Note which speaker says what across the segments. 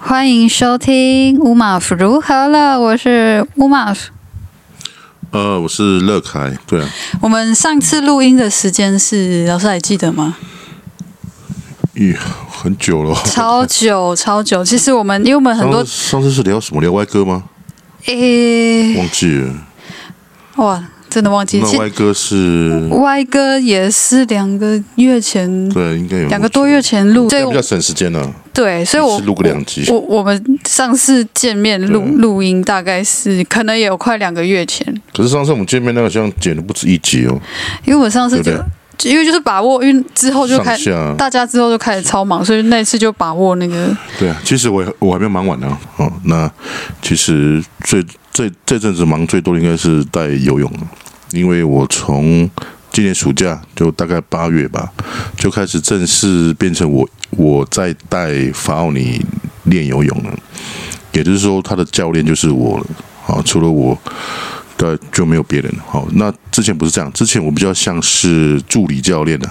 Speaker 1: 欢迎收听乌马夫如何了，我是乌马夫。
Speaker 2: 呃，我是乐凯，对啊，
Speaker 1: 我们上次录音的时间是老师还记得吗？
Speaker 2: 咦，很久了。
Speaker 1: 超久超久。其实我们因为我们很
Speaker 2: 上
Speaker 1: 多
Speaker 2: 次上次是聊什么？聊歪歌吗？
Speaker 1: 诶、
Speaker 2: 忘记了。
Speaker 1: 哇，真的忘记。
Speaker 2: 那
Speaker 1: 其
Speaker 2: 歪歌是，
Speaker 1: 歪哥也是两个月前。
Speaker 2: 对，应该有
Speaker 1: 两个多月前录，
Speaker 2: 这
Speaker 1: 对
Speaker 2: 样比较省时间了。
Speaker 1: 对，所以我
Speaker 2: 一次录个两集
Speaker 1: 我我们上次见面录录音大概是可能也有快两个月前，
Speaker 2: 可是上次我们见面那个好像剪了不止一集哦，
Speaker 1: 因为我上次就
Speaker 2: 对不对
Speaker 1: 就因为就是把握，因为之后就开
Speaker 2: 上啊下
Speaker 1: 大家之后就开始超忙，所以那次就把握那个
Speaker 2: 对啊，其实我也我还没有忙完呢、哦，那其实最这这阵子忙最多的应该是在游泳，因为我从今年暑假就大概八月吧，就开始正式变成我我在带法奥尼练游泳了，也就是说他的教练就是我了。好，除了我。对，就没有别人了。好，那之前不是这样，之前我比较像是助理教练的、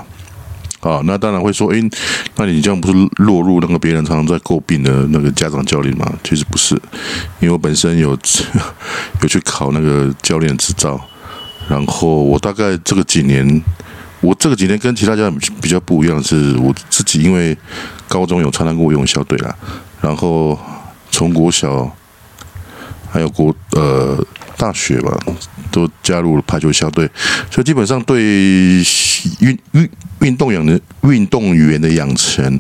Speaker 2: 啊，那当然会说，诶，那你这样不是落入那个别人常常在诟病的那个家长教练吗？其实不是，因为我本身有 有去考那个教练执照，然后我大概这个几年，我这个几年跟其他家长比较不一样的是，我自己因为高中有参加过游泳校队啦，然后从国小还有国呃大学吧，都加入了排球校队，所以基本上对运运运动员的运动员的养成，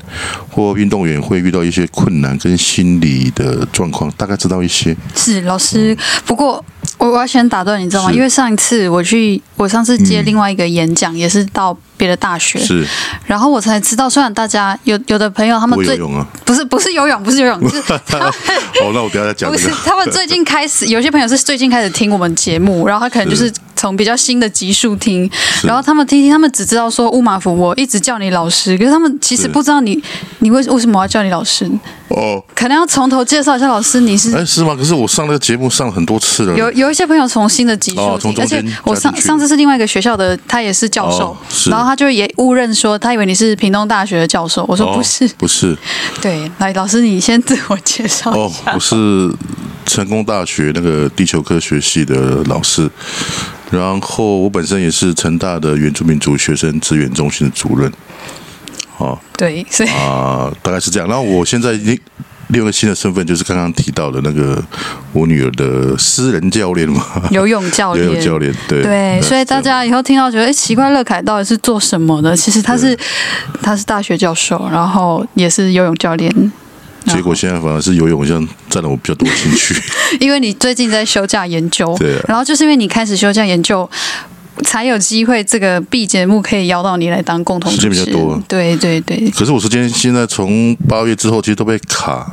Speaker 2: 或运动员会遇到一些困难跟心理的状况，大概知道一些。
Speaker 1: 是老师。不过我我要先打断你，知道吗？
Speaker 2: 嗯是嗯
Speaker 1: 因为上一次我去，我上次接另外一个演讲，也是到别的大学，
Speaker 2: 是，
Speaker 1: 然后我才知道，虽然大家有有的朋友他们
Speaker 2: 我
Speaker 1: 哦
Speaker 2: 游
Speaker 1: 最
Speaker 2: 泳啊。
Speaker 1: 不是不是游泳，不是游泳，是 他们。
Speaker 2: 哦，那我等一下再讲
Speaker 1: 不
Speaker 2: 这
Speaker 1: 是
Speaker 2: 个。，
Speaker 1: 他们最近开始，有些朋友是最近开始听我们节目，然后他可能
Speaker 2: 嗯
Speaker 1: 就是从比较新的集数听，然后他们听听，他们只知道说乌马福，我一直叫你老师，可是他们其实
Speaker 2: 是
Speaker 1: 不知道你你为为什么要叫你老师，
Speaker 2: 哦，
Speaker 1: 可能要从头介绍一下老师，你是。
Speaker 2: 哎，是吗？可是我上那个节目上了很多次了。
Speaker 1: 有有一些朋友从新的集数
Speaker 2: 哦从
Speaker 1: 听，
Speaker 2: 中
Speaker 1: 而且
Speaker 2: 间
Speaker 1: 我
Speaker 2: 加
Speaker 1: 上
Speaker 2: 进去
Speaker 1: 上次是另外一个学校的，他也是教授
Speaker 2: 哦，是
Speaker 1: 然后他就也误认说他以为你是屏东大学的教授，我说
Speaker 2: 哦
Speaker 1: 不是，
Speaker 2: 不是，
Speaker 1: 对，来老师你先自我介绍一
Speaker 2: 哦
Speaker 1: 下，，
Speaker 2: 我是成功大学那个地球科学系的老师，然后我本身也是成大的原住民族学生资源中心的主任。哦，
Speaker 1: 对，所以
Speaker 2: 啊、大概是这样。然后我现在另另一个新的身份就是刚刚提到的那个我女儿的私人教练嘛，
Speaker 1: 游泳教
Speaker 2: 游
Speaker 1: 练，
Speaker 2: 泳教练，对
Speaker 1: 对，所以大家以后听到觉得哎奇怪，乐凯到底是做什么的？其实他是他是大学教授，然后也是游泳教练。
Speaker 2: 结果现在反而是游泳，像占了我比较多兴趣。
Speaker 1: 因为你最近在休假研究，
Speaker 2: 对啊
Speaker 1: 然后就是因为你开始休假研究，才有机会这个 B 节目可以邀到你来当共同
Speaker 2: 时
Speaker 1: 主
Speaker 2: 间比
Speaker 1: 持
Speaker 2: 较多
Speaker 1: 人
Speaker 2: 啊。
Speaker 1: 对对对，
Speaker 2: 可是我时间现在从八月之后，其实都被卡，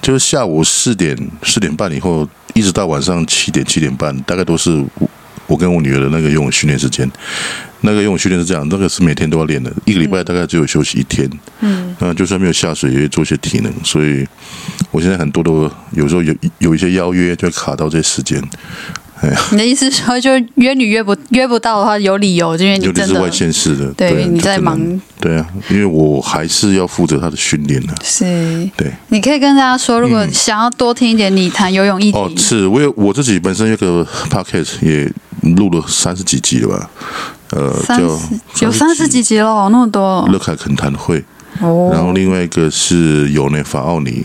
Speaker 2: 就是下午四点、四点半以后，一直到晚上七点、七点半，大概都是我我跟我女儿的那个游泳训练时间。那个游泳训练是这样，那个是每天都要练的，一个礼拜大概只有休息一天。嗯，那就算没有下水，也会做一些体能。所以我现在很多都有时候有有一些邀约，就会卡到这时间，
Speaker 1: 哎你的意思是说，就是约你约不约不到的话，有理由，就因为你
Speaker 2: 尤其
Speaker 1: 真
Speaker 2: 是外
Speaker 1: 的
Speaker 2: 县市的。
Speaker 1: 对
Speaker 2: 对啊，
Speaker 1: 你
Speaker 2: 就
Speaker 1: 在
Speaker 2: 只能
Speaker 1: 忙。
Speaker 2: 对啊，因为我还是要负责她的训练呢、啊
Speaker 1: 是。
Speaker 2: 对。
Speaker 1: 你可以跟大家说，如果想要多听一点你谈游泳议题，
Speaker 2: 嗯哦，是我有我自己本身有个 podcast 也录了三十几集了吧？呃，
Speaker 1: 三
Speaker 2: 叫
Speaker 1: 十有三十几集了哦，那么多哦
Speaker 2: 乐凯恳谈会，
Speaker 1: 哦。
Speaker 2: 然后另外一个是有内法奥尼，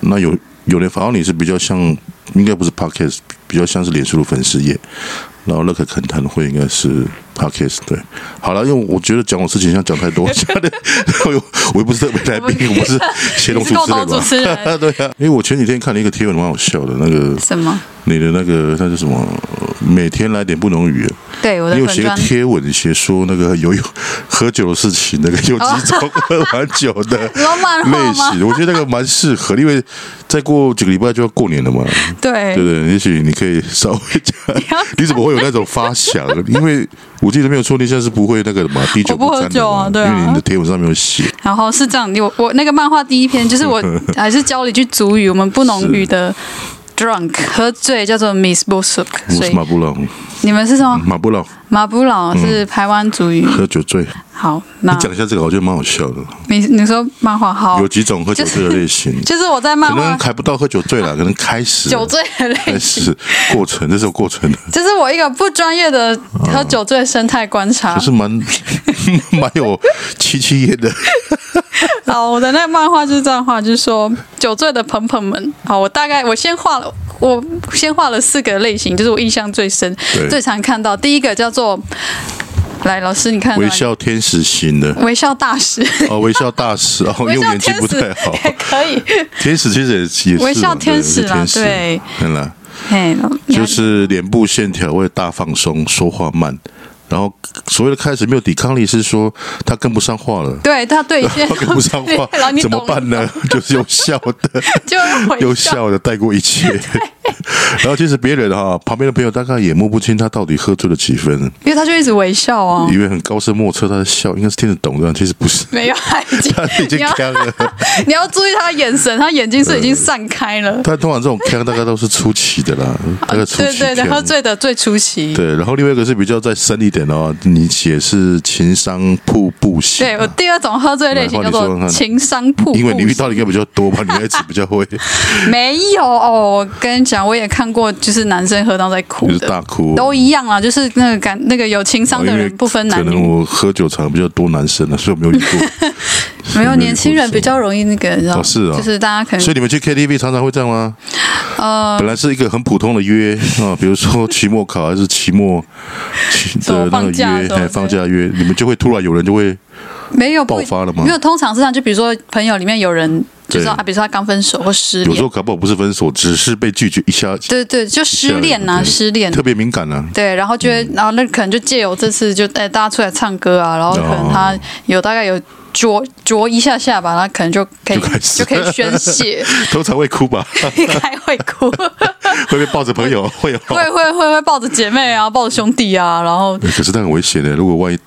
Speaker 2: 那有有内法奥尼是比较像，应该不是 podcast，比较像是脸书的粉丝页。然后乐凯恳谈会应该是 podcast 对，好了，因为我觉得讲我事情像讲太多，家 里我又我又不是特别来宾，我是协同
Speaker 1: 你
Speaker 2: 主
Speaker 1: 是共
Speaker 2: 持
Speaker 1: 同
Speaker 2: 人
Speaker 1: 主
Speaker 2: 嘛，
Speaker 1: 持人
Speaker 2: 对啊，因为我前几天看了一个贴文，蛮好笑的，那个
Speaker 1: 什么？
Speaker 2: 你的那个那是什么？呃每天来点不浓语。
Speaker 1: 对，我的
Speaker 2: 你有
Speaker 1: 粉
Speaker 2: 写个
Speaker 1: 砖
Speaker 2: 贴文，写说那个有有喝酒的事情，那个有几种喝完酒 的
Speaker 1: 罗马
Speaker 2: 类
Speaker 1: 话吗？
Speaker 2: 型，我觉得那个蛮适合，因为再过几个礼拜就要过年了嘛，
Speaker 1: 对
Speaker 2: 对不对？也许你可以稍微讲
Speaker 1: 要，
Speaker 2: 你怎么会有那种发想？因为我记得没有错，你现在是不会那个的嘛，滴 酒
Speaker 1: 我不喝
Speaker 2: 沾的
Speaker 1: 酒啊
Speaker 2: 嘛
Speaker 1: 对啊
Speaker 2: 因为你的贴文上面有写，
Speaker 1: 然后 是这样，你我我那个漫画第一篇就是我还是教了一句主语，我们不农语的 drunk 喝醉叫做 Miss Busuk，
Speaker 2: 我
Speaker 1: 所
Speaker 2: 是
Speaker 1: 以
Speaker 2: 马布朗，
Speaker 1: 你们是什么？
Speaker 2: 马布朗
Speaker 1: 马布朗是台湾族语。
Speaker 2: 喝酒醉。
Speaker 1: 好，那
Speaker 2: 嗯你讲一下这个，我觉得蛮好笑的。
Speaker 1: 你你说漫画好
Speaker 2: 有，几种喝酒醉的类型？
Speaker 1: 哦就是我在漫
Speaker 2: 可能
Speaker 1: 画
Speaker 2: 还不到喝酒醉 了，可能哎开始
Speaker 1: 酒醉哦的类
Speaker 2: 开始过程，这是有过程的，
Speaker 1: 这是我一个不专业的喝酒醉生态观察
Speaker 2: 可。是蛮 蛮有戚戚焉的。
Speaker 1: 好，我的那个漫画就是这样画，就是说酒醉的朋朋们。好，我大概我先画了，我先画了四个类型，就是我印象最深
Speaker 2: 对、
Speaker 1: 最常看到。第一个叫做，来老师你看到
Speaker 2: 微
Speaker 1: 吗
Speaker 2: 笑天使 型的
Speaker 1: 微笑大师，
Speaker 2: 哦，微笑大使哦，因
Speaker 1: 微
Speaker 2: 为 我
Speaker 1: 笑
Speaker 2: 年纪
Speaker 1: 天
Speaker 2: 不
Speaker 1: 使
Speaker 2: 太好。
Speaker 1: 也可 以。
Speaker 2: 天使其实也是也是嘛
Speaker 1: 微笑
Speaker 2: 对
Speaker 1: 天使
Speaker 2: 是
Speaker 1: 啦
Speaker 2: 天使
Speaker 1: 对，
Speaker 2: 嗯啦，
Speaker 1: 嘿，你要
Speaker 2: 就是脸部线条会大放松，说话慢，然后所谓的开始没有抵抗力，是说他跟不上话了。
Speaker 1: 对他 对一些，
Speaker 2: 他跟不上话
Speaker 1: 然后你
Speaker 2: 怎么
Speaker 1: 懂
Speaker 2: 办呢？ 就是用笑的，
Speaker 1: 就会微
Speaker 2: 用
Speaker 1: 笑
Speaker 2: 笑的带过一 切。然后其实别人哈、旁边的朋友大概也摸不清他到底喝醉了几分，
Speaker 1: 因为他就一直微笑啊，
Speaker 2: 以为很高深莫测，他在笑，应该是听得懂的，其实不 是，
Speaker 1: 没有，他已 经
Speaker 2: 他已经
Speaker 1: 你要
Speaker 2: 呛了。
Speaker 1: 你要注意他的眼神，他眼睛是已经散开了。
Speaker 2: 但通常这种呛大概都是初期 的啦，大概初
Speaker 1: 对
Speaker 2: 期
Speaker 1: 啊对对，
Speaker 2: 呛
Speaker 1: 喝醉的最出奇。
Speaker 2: 对，然后另外一个是比较再深一点的哦，你写是情商瀑布型
Speaker 1: 对
Speaker 2: 啊，
Speaker 1: 我第二种喝醉类型叫
Speaker 2: 来换你说
Speaker 1: 做
Speaker 2: 看
Speaker 1: 情商瀑布型，
Speaker 2: 因为你遇到的应该比较多吧，女孩子比 较会，
Speaker 1: 没有哦。我跟你讲，我也看过，就是男生喝到在哭
Speaker 2: 就是
Speaker 1: 的，
Speaker 2: 大哭。
Speaker 1: 都一样啦，就是那个感那个有情商
Speaker 2: 哦
Speaker 1: 的
Speaker 2: 因为
Speaker 1: 人不分
Speaker 2: 可
Speaker 1: 男
Speaker 2: 能
Speaker 1: 女，
Speaker 2: 我喝酒场比较多男生了，啊所以我没有遇过。
Speaker 1: 没有
Speaker 2: 没有
Speaker 1: 年轻人比较容易那个，你知道吗
Speaker 2: 哦是啊
Speaker 1: 就是大家可
Speaker 2: 所以
Speaker 1: 能
Speaker 2: 你们去 KTV 常常会这样吗？
Speaker 1: 嗯呃
Speaker 2: 本来是一个很普通的约 啊，比如说期末考还是期末期
Speaker 1: 什么
Speaker 2: 的那个
Speaker 1: 放假
Speaker 2: 约，
Speaker 1: 什么
Speaker 2: 哎
Speaker 1: 之
Speaker 2: 放
Speaker 1: 类
Speaker 2: 假约，你们就会突然有人就会
Speaker 1: 没有
Speaker 2: 爆
Speaker 1: 不
Speaker 2: 发了吗
Speaker 1: 没？有，通常是这样，就比如说朋友里面有人就说
Speaker 2: 对
Speaker 1: 啊，比如说他刚分手或失
Speaker 2: 有时
Speaker 1: 恋，
Speaker 2: 候搞不好不是分手，只是被拒绝一下，
Speaker 1: 对对，就失恋呐、
Speaker 2: 对
Speaker 1: 失恋
Speaker 2: 特别敏感啊。
Speaker 1: 对，然后就会，然后那可能就借由这次就哎大家出来唱歌啊，然后可能他
Speaker 2: 哦
Speaker 1: 有大概有酌酌一下下吧，他可能就可以
Speaker 2: 就开始
Speaker 1: 可以宣泄，
Speaker 2: 通常会哭吧，
Speaker 1: 应该会哭，会
Speaker 2: 会被抱着朋友会有。 哎
Speaker 1: 会会会抱着姐妹啊，抱着兄弟啊，然后。
Speaker 2: 可是那很危险的，如果万一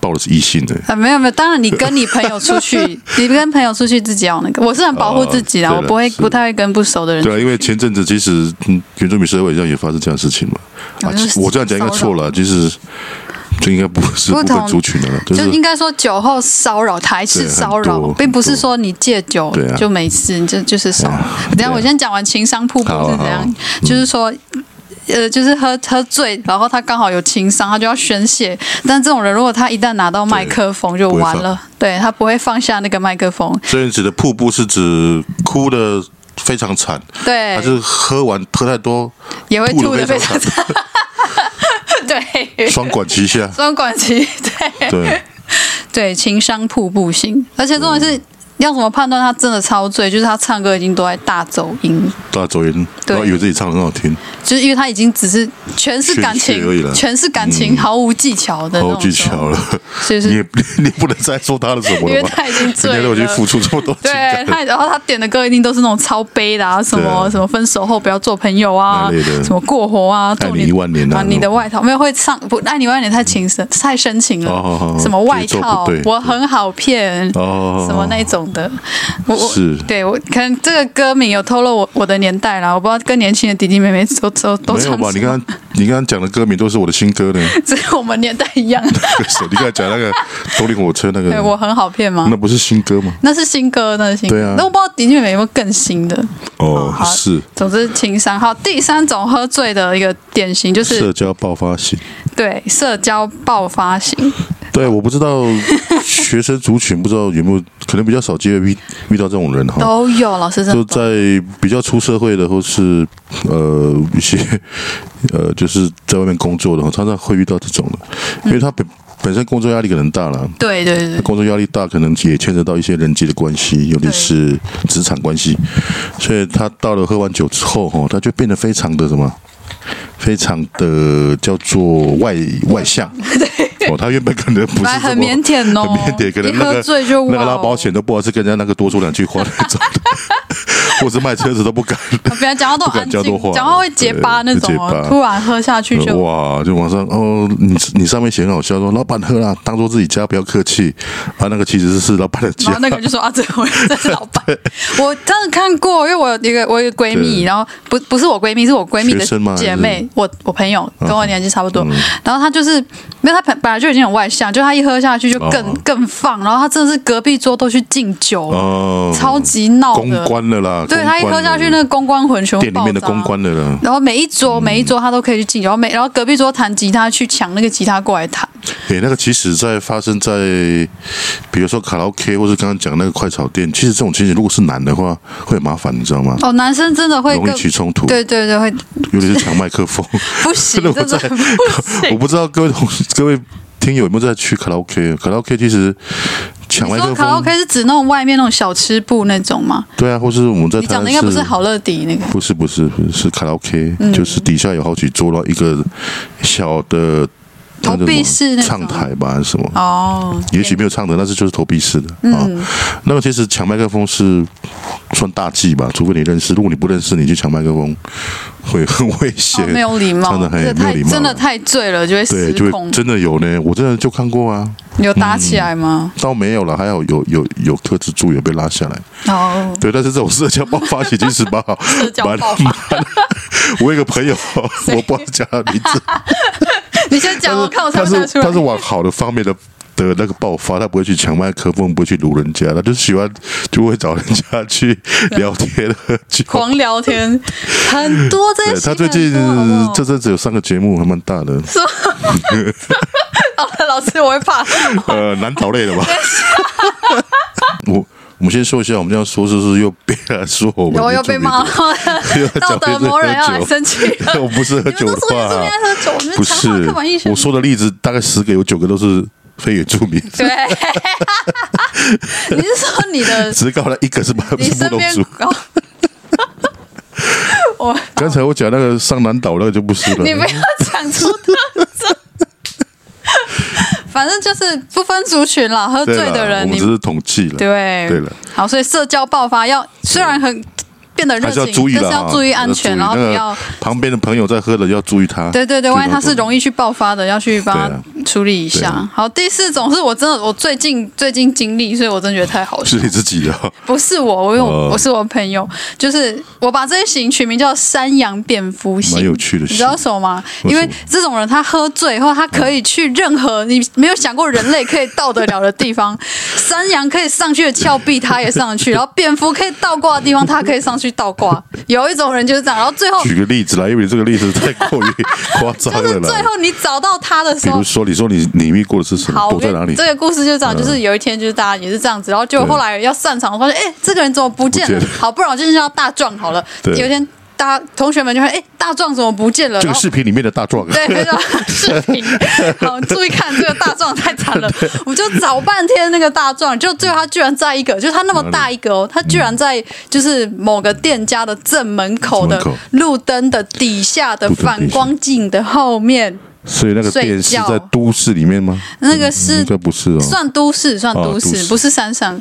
Speaker 2: 抱的是异性的，
Speaker 1: 啊，没有没有，当然你跟你朋友出 去，你跟朋友出去自己要那个，我是很保护自己的，
Speaker 2: 哦
Speaker 1: 我
Speaker 2: 对了
Speaker 1: 不会
Speaker 2: 是
Speaker 1: 不太会跟不熟的人
Speaker 2: 对啊，因为前阵子其实嗯原住民社会上也发生这样的事情嘛。啊
Speaker 1: 我就是，
Speaker 2: 我这样讲应该错了，啊其实这应该不是
Speaker 1: 不
Speaker 2: 部
Speaker 1: 同
Speaker 2: 分族群的了，就
Speaker 1: 就是应该说酒后骚扰、台式骚
Speaker 2: 对很
Speaker 1: 扰
Speaker 2: 多，
Speaker 1: 并不是说你戒酒
Speaker 2: 对啊
Speaker 1: 就没事，你就就是骚扰
Speaker 2: 哎呀。
Speaker 1: 等一
Speaker 2: 对
Speaker 1: 下
Speaker 2: 啊
Speaker 1: 我先讲完情商瀑布
Speaker 2: 好啊
Speaker 1: 是怎
Speaker 2: 好
Speaker 1: 样
Speaker 2: 啊，
Speaker 1: 就是说。呃，就是喝喝醉，然后他刚好有情商，他就要宣泄。但这种人，如果他一旦拿到麦克风，就完了。对他不会放下那个麦克风。
Speaker 2: 所以指的瀑布是指哭的非常惨，
Speaker 1: 对
Speaker 2: 还，是喝完喝太多
Speaker 1: 也会
Speaker 2: 吐
Speaker 1: 吐的
Speaker 2: 的
Speaker 1: 非
Speaker 2: 非
Speaker 1: 常
Speaker 2: 常
Speaker 1: 惨。
Speaker 2: 惨，
Speaker 1: 对，。
Speaker 2: 双管齐下
Speaker 1: 双管齐。对，
Speaker 2: 对，
Speaker 1: 对，情商瀑布型，而且重点是。要怎么判断他真的超醉？就是他唱歌已经都在大走音，
Speaker 2: 大走音，
Speaker 1: 对
Speaker 2: 然后以为自己唱得很好听，
Speaker 1: 就是因为他已经只是全是感
Speaker 2: 宣泄而已啦
Speaker 1: 情，全是感情，毫无技巧的那
Speaker 2: 然后
Speaker 1: 种。
Speaker 2: 哦技巧，了，
Speaker 1: 就
Speaker 2: 你
Speaker 1: 是
Speaker 2: 也 你也不能再说他的什么
Speaker 1: 因为
Speaker 2: 了吧？
Speaker 1: 他已经醉
Speaker 2: 人家都已经付
Speaker 1: 了。
Speaker 2: 出这么多情
Speaker 1: 对
Speaker 2: 感，
Speaker 1: 他，然后他点的歌一定都是那种超悲的啊，什么
Speaker 2: 对啊
Speaker 1: 什么分手后不要做朋友啊
Speaker 2: 那类，的
Speaker 1: 什么过活啊，
Speaker 2: 爱
Speaker 1: 重
Speaker 2: 你
Speaker 1: 点
Speaker 2: 一万年
Speaker 1: 啊，
Speaker 2: 啊那种
Speaker 1: 你的外套没有会唱不爱你一万年太情深太深情
Speaker 2: 哦好好
Speaker 1: 了，
Speaker 2: 好
Speaker 1: 什么外
Speaker 2: 节奏不
Speaker 1: 套
Speaker 2: 对
Speaker 1: 我很好骗，
Speaker 2: 哦，
Speaker 1: 什么那一种的。我我
Speaker 2: 是
Speaker 1: 对我可能这个歌名有透露我我的年代啦，我不知道跟年轻的弟弟妹妹都都都
Speaker 2: 没
Speaker 1: 唱
Speaker 2: 有吧？
Speaker 1: 什
Speaker 2: 你
Speaker 1: 么
Speaker 2: 刚刚你刚刚讲的歌名都是我的新歌呢。
Speaker 1: 这跟我们年代一样。
Speaker 2: 手你刚才讲 那个动力火车那
Speaker 1: 对我
Speaker 2: 个，
Speaker 1: 很好骗吗
Speaker 2: 那？不是新歌吗？
Speaker 1: 那是新歌，那是新歌。
Speaker 2: 对啊
Speaker 1: 那我不知道弟弟妹妹有没有更新的。
Speaker 2: 哦
Speaker 1: 好，
Speaker 2: 是
Speaker 1: 总之，情商好。第三种喝醉的一个典型就是
Speaker 2: 社交爆发型。
Speaker 1: 对社交爆发型。
Speaker 2: 对，我不知道学生族群不知道有没有，可能比较少机会遇遇到这种人哈。
Speaker 1: 都有老师真
Speaker 2: 就
Speaker 1: 的懂
Speaker 2: 在比较出社会的，或是呃一些 呃，就是在外面工作的，常常会遇到这种的，因为他本本身工作压力可能大了，
Speaker 1: 对对对对
Speaker 2: 工作压力大，可能也牵扯到一些人际的关系，尤其是职场关系。所以他到了喝完酒之后，哈，他就变得非常的什么？非常的叫做外外向，哦，他原本可能不是
Speaker 1: 本来
Speaker 2: 这
Speaker 1: 很
Speaker 2: 么
Speaker 1: 腼腆哦
Speaker 2: 很腆腆，可能
Speaker 1: 一
Speaker 2: 那
Speaker 1: 喝
Speaker 2: 个
Speaker 1: 醉就哇哦
Speaker 2: 那个拉保险都不好意思跟人家那个多说两句话那种，我是卖车子都不敢。
Speaker 1: 不要讲话都
Speaker 2: 不
Speaker 1: 安
Speaker 2: 敢交
Speaker 1: 静
Speaker 2: 多话，
Speaker 1: 讲话会结巴那种
Speaker 2: 对
Speaker 1: 哦
Speaker 2: 会结，巴嗯
Speaker 1: 突然喝下去就
Speaker 2: 哇，就马上哦，你你上面写很好笑，说老板喝啦，当做自己家，不要客气啊。那个其实是老板的
Speaker 1: 然
Speaker 2: 家
Speaker 1: 后，那个人就说啊，这我这是老板，我真的看过，因为我有一个我有一个闺蜜，
Speaker 2: 对
Speaker 1: 然后不不是我闺蜜，是我闺蜜
Speaker 2: 学生
Speaker 1: 的
Speaker 2: 吗
Speaker 1: 姐妹，我我朋友跟我年纪差不多，
Speaker 2: 嗯
Speaker 1: 然后她就是没有她本本来就已经很外向，就她一喝下去就更、
Speaker 2: 哦
Speaker 1: 更放，然后她真的是隔壁桌都去敬酒了，
Speaker 2: 哦，
Speaker 1: 超级闹
Speaker 2: 公
Speaker 1: 的，
Speaker 2: 关了啦，
Speaker 1: 对她一
Speaker 2: 公
Speaker 1: 喝
Speaker 2: 关了
Speaker 1: 下去，那个公关混全部
Speaker 2: 店里面的
Speaker 1: 爆炸
Speaker 2: 公关了嗯啦，
Speaker 1: 然后每一桌、每一桌他都可以去敬酒，然后每然后隔壁桌弹吉他去抢那个吉他过来弹，
Speaker 2: 诶、那个其实，在发生在比如说卡拉 OK 或是刚刚讲那个快炒店，其实这种情形如果是男的话，会很麻烦，你知道吗？
Speaker 1: 哦，男生真的会
Speaker 2: 容
Speaker 1: 更
Speaker 2: 易起冲突，
Speaker 1: 对对对会
Speaker 2: 尤其是抢麦克 风。
Speaker 1: 不行，
Speaker 2: 真的
Speaker 1: 真的
Speaker 2: 我在
Speaker 1: 不行
Speaker 2: 我。不知道各位同各位听友有没有在去卡拉 OK？卡拉 OK 其实抢
Speaker 1: 你
Speaker 2: 麦
Speaker 1: 说
Speaker 2: 克
Speaker 1: 卡拉
Speaker 2: 风，
Speaker 1: OK 是指那种外面那种小吃部那种吗？
Speaker 2: 对啊，或是我们在
Speaker 1: 你讲的
Speaker 2: 台湾
Speaker 1: 应该不是嗯好乐迪那个
Speaker 2: 不是不是不是是卡拉 OK，、就是底下有好几桌，然后一个小的
Speaker 1: 投币式那种
Speaker 2: 那叫什么唱台吧，还是什么？
Speaker 1: 哦，
Speaker 2: 也许没有唱的，但是就是投币式的、啊。那么其实抢麦克风是算大忌吧，除非你认识。如果你不认识，你去抢麦克风会很危
Speaker 1: 哦
Speaker 2: 险，
Speaker 1: 没有礼貌
Speaker 2: 真，的很
Speaker 1: 这
Speaker 2: 没有
Speaker 1: 太
Speaker 2: 礼貌。
Speaker 1: 真的太醉了，就会
Speaker 2: 对，
Speaker 1: 失
Speaker 2: 就会
Speaker 1: 控。
Speaker 2: 真的有呢，我真的就看过啊，
Speaker 1: 有打起来吗？
Speaker 2: 倒没有了，还好有有有克制住，有被拉下来。
Speaker 1: 哦，
Speaker 2: 对，但是这种社交爆发已经是蛮好，
Speaker 1: 社交
Speaker 2: 蛮
Speaker 1: 爆
Speaker 2: 蛮。我有一个朋友，我不知道讲他的名字，
Speaker 1: 你先讲，我看我猜
Speaker 2: 他
Speaker 1: 不猜
Speaker 2: 是
Speaker 1: 出
Speaker 2: 他是
Speaker 1: 来。
Speaker 2: 往好的方面的的那个爆发，他不会去抢麦克风， 不会去掳人家，他就喜欢就会找人家去聊天 喝酒。
Speaker 1: 狂聊天， 很多这些
Speaker 2: 对他
Speaker 1: 新
Speaker 2: 最
Speaker 1: 闻
Speaker 2: 近
Speaker 1: 多好不好
Speaker 2: 这阵子有上个节目，还蛮大的，
Speaker 1: 好了，老师，我会怕。
Speaker 2: 呃，难逃累了吧？我我们先说一下，我们这样说是不是又被人说 我们？
Speaker 1: 我又被骂了，
Speaker 2: 又要
Speaker 1: 道
Speaker 2: 讲
Speaker 1: 德
Speaker 2: 别人
Speaker 1: 魔人要来
Speaker 2: 喝酒
Speaker 1: 生气 了。
Speaker 2: 我不是喝
Speaker 1: 你们
Speaker 2: 酒
Speaker 1: 都
Speaker 2: 的
Speaker 1: 说原住民
Speaker 2: 话
Speaker 1: 爱，喝酒，你们
Speaker 2: 不
Speaker 1: 强化
Speaker 2: 是
Speaker 1: 刻板印象
Speaker 2: 我。说的例子，大概十个有九个都是非原住 民，
Speaker 1: 对，你是说你 的
Speaker 2: 只搞了一个是吧？
Speaker 1: 你
Speaker 2: 是
Speaker 1: 身
Speaker 2: 布农
Speaker 1: 边
Speaker 2: 族。
Speaker 1: 哦？ 我
Speaker 2: 刚才我讲那个上南岛那个就不是了，
Speaker 1: 你不要讲出特征， 反正就是不分族群啦，喝醉
Speaker 2: 对啦
Speaker 1: 的人
Speaker 2: 我们
Speaker 1: 你
Speaker 2: 只是统计了，
Speaker 1: 对
Speaker 2: 对了，
Speaker 1: 好，所以社交爆发要虽然很变得热
Speaker 2: 还是要
Speaker 1: 情，
Speaker 2: 注意
Speaker 1: 但
Speaker 2: 了
Speaker 1: 是
Speaker 2: 啊，
Speaker 1: 要注意安全，然后
Speaker 2: 那
Speaker 1: 不
Speaker 2: 个
Speaker 1: 要
Speaker 2: 旁边的朋友在喝的要注意他，
Speaker 1: 对对对，万一他是
Speaker 2: 容
Speaker 1: 容易去爆发的，要去帮
Speaker 2: 对啊
Speaker 1: 他处理一
Speaker 2: 对
Speaker 1: 下
Speaker 2: 啊。
Speaker 1: 好，第四种是我真的我最近最近经历，所以我真的觉得太好笑
Speaker 2: 是。你自己的，
Speaker 1: 不是我，我有
Speaker 2: 哦
Speaker 1: 我是我朋友，就是我把这些型取名叫山羊蝙蝠型，
Speaker 2: 蛮有趣的
Speaker 1: 你知道
Speaker 2: 型
Speaker 1: 什么吗？
Speaker 2: 为
Speaker 1: 因
Speaker 2: 什
Speaker 1: 为
Speaker 2: 么
Speaker 1: 这种人他喝醉后，他可以去任何你没有想过人类可以到得了的地 方。山羊可以上去的峭壁，他也上得去；然后蝙蝠可以倒挂的地方，他可以上去倒挂。有一种人就是这样，然后最后
Speaker 2: 举个例子啦，因为你这个例子太过于夸张
Speaker 1: 就
Speaker 2: 了
Speaker 1: 是最
Speaker 2: 啦。
Speaker 1: 后你找到他的时
Speaker 2: 比
Speaker 1: 候
Speaker 2: 如，说，你说你你遇过的是什
Speaker 1: 好，
Speaker 2: 么？
Speaker 1: 我
Speaker 2: 躲在
Speaker 1: 跟
Speaker 2: 哪里？嗯
Speaker 1: 这个故事就这样，就是有一天就是大家也是这样子，然后结果
Speaker 2: 对
Speaker 1: 后来要散场，我发现哎、这个人怎么不见
Speaker 2: 不
Speaker 1: 了
Speaker 2: 见了？
Speaker 1: 好，不然我就是要大壮好了。有
Speaker 2: 对
Speaker 1: 一天，大家同学们就会哎、大壮怎么不见了？
Speaker 2: 这
Speaker 1: 然
Speaker 2: 个
Speaker 1: 后
Speaker 2: 视频里面的大壮啊，
Speaker 1: 对，没错，视频。好，注意看这个大壮太惨 了，
Speaker 2: 嗯
Speaker 1: 我就找半天那个大壮，就最后他居然在一个，就是他那么大一个哦，他居然在就是某个店家的正门口的
Speaker 2: 正门口
Speaker 1: 路灯的底下的
Speaker 2: 路灯底下
Speaker 1: 反光镜的后面，
Speaker 2: 所以那个
Speaker 1: 睡
Speaker 2: 店是
Speaker 1: 觉
Speaker 2: 在都市里面吗？
Speaker 1: 那个是
Speaker 2: 应该不是哦，
Speaker 1: 算都市，算都市，
Speaker 2: 哦都市
Speaker 1: 不是山上。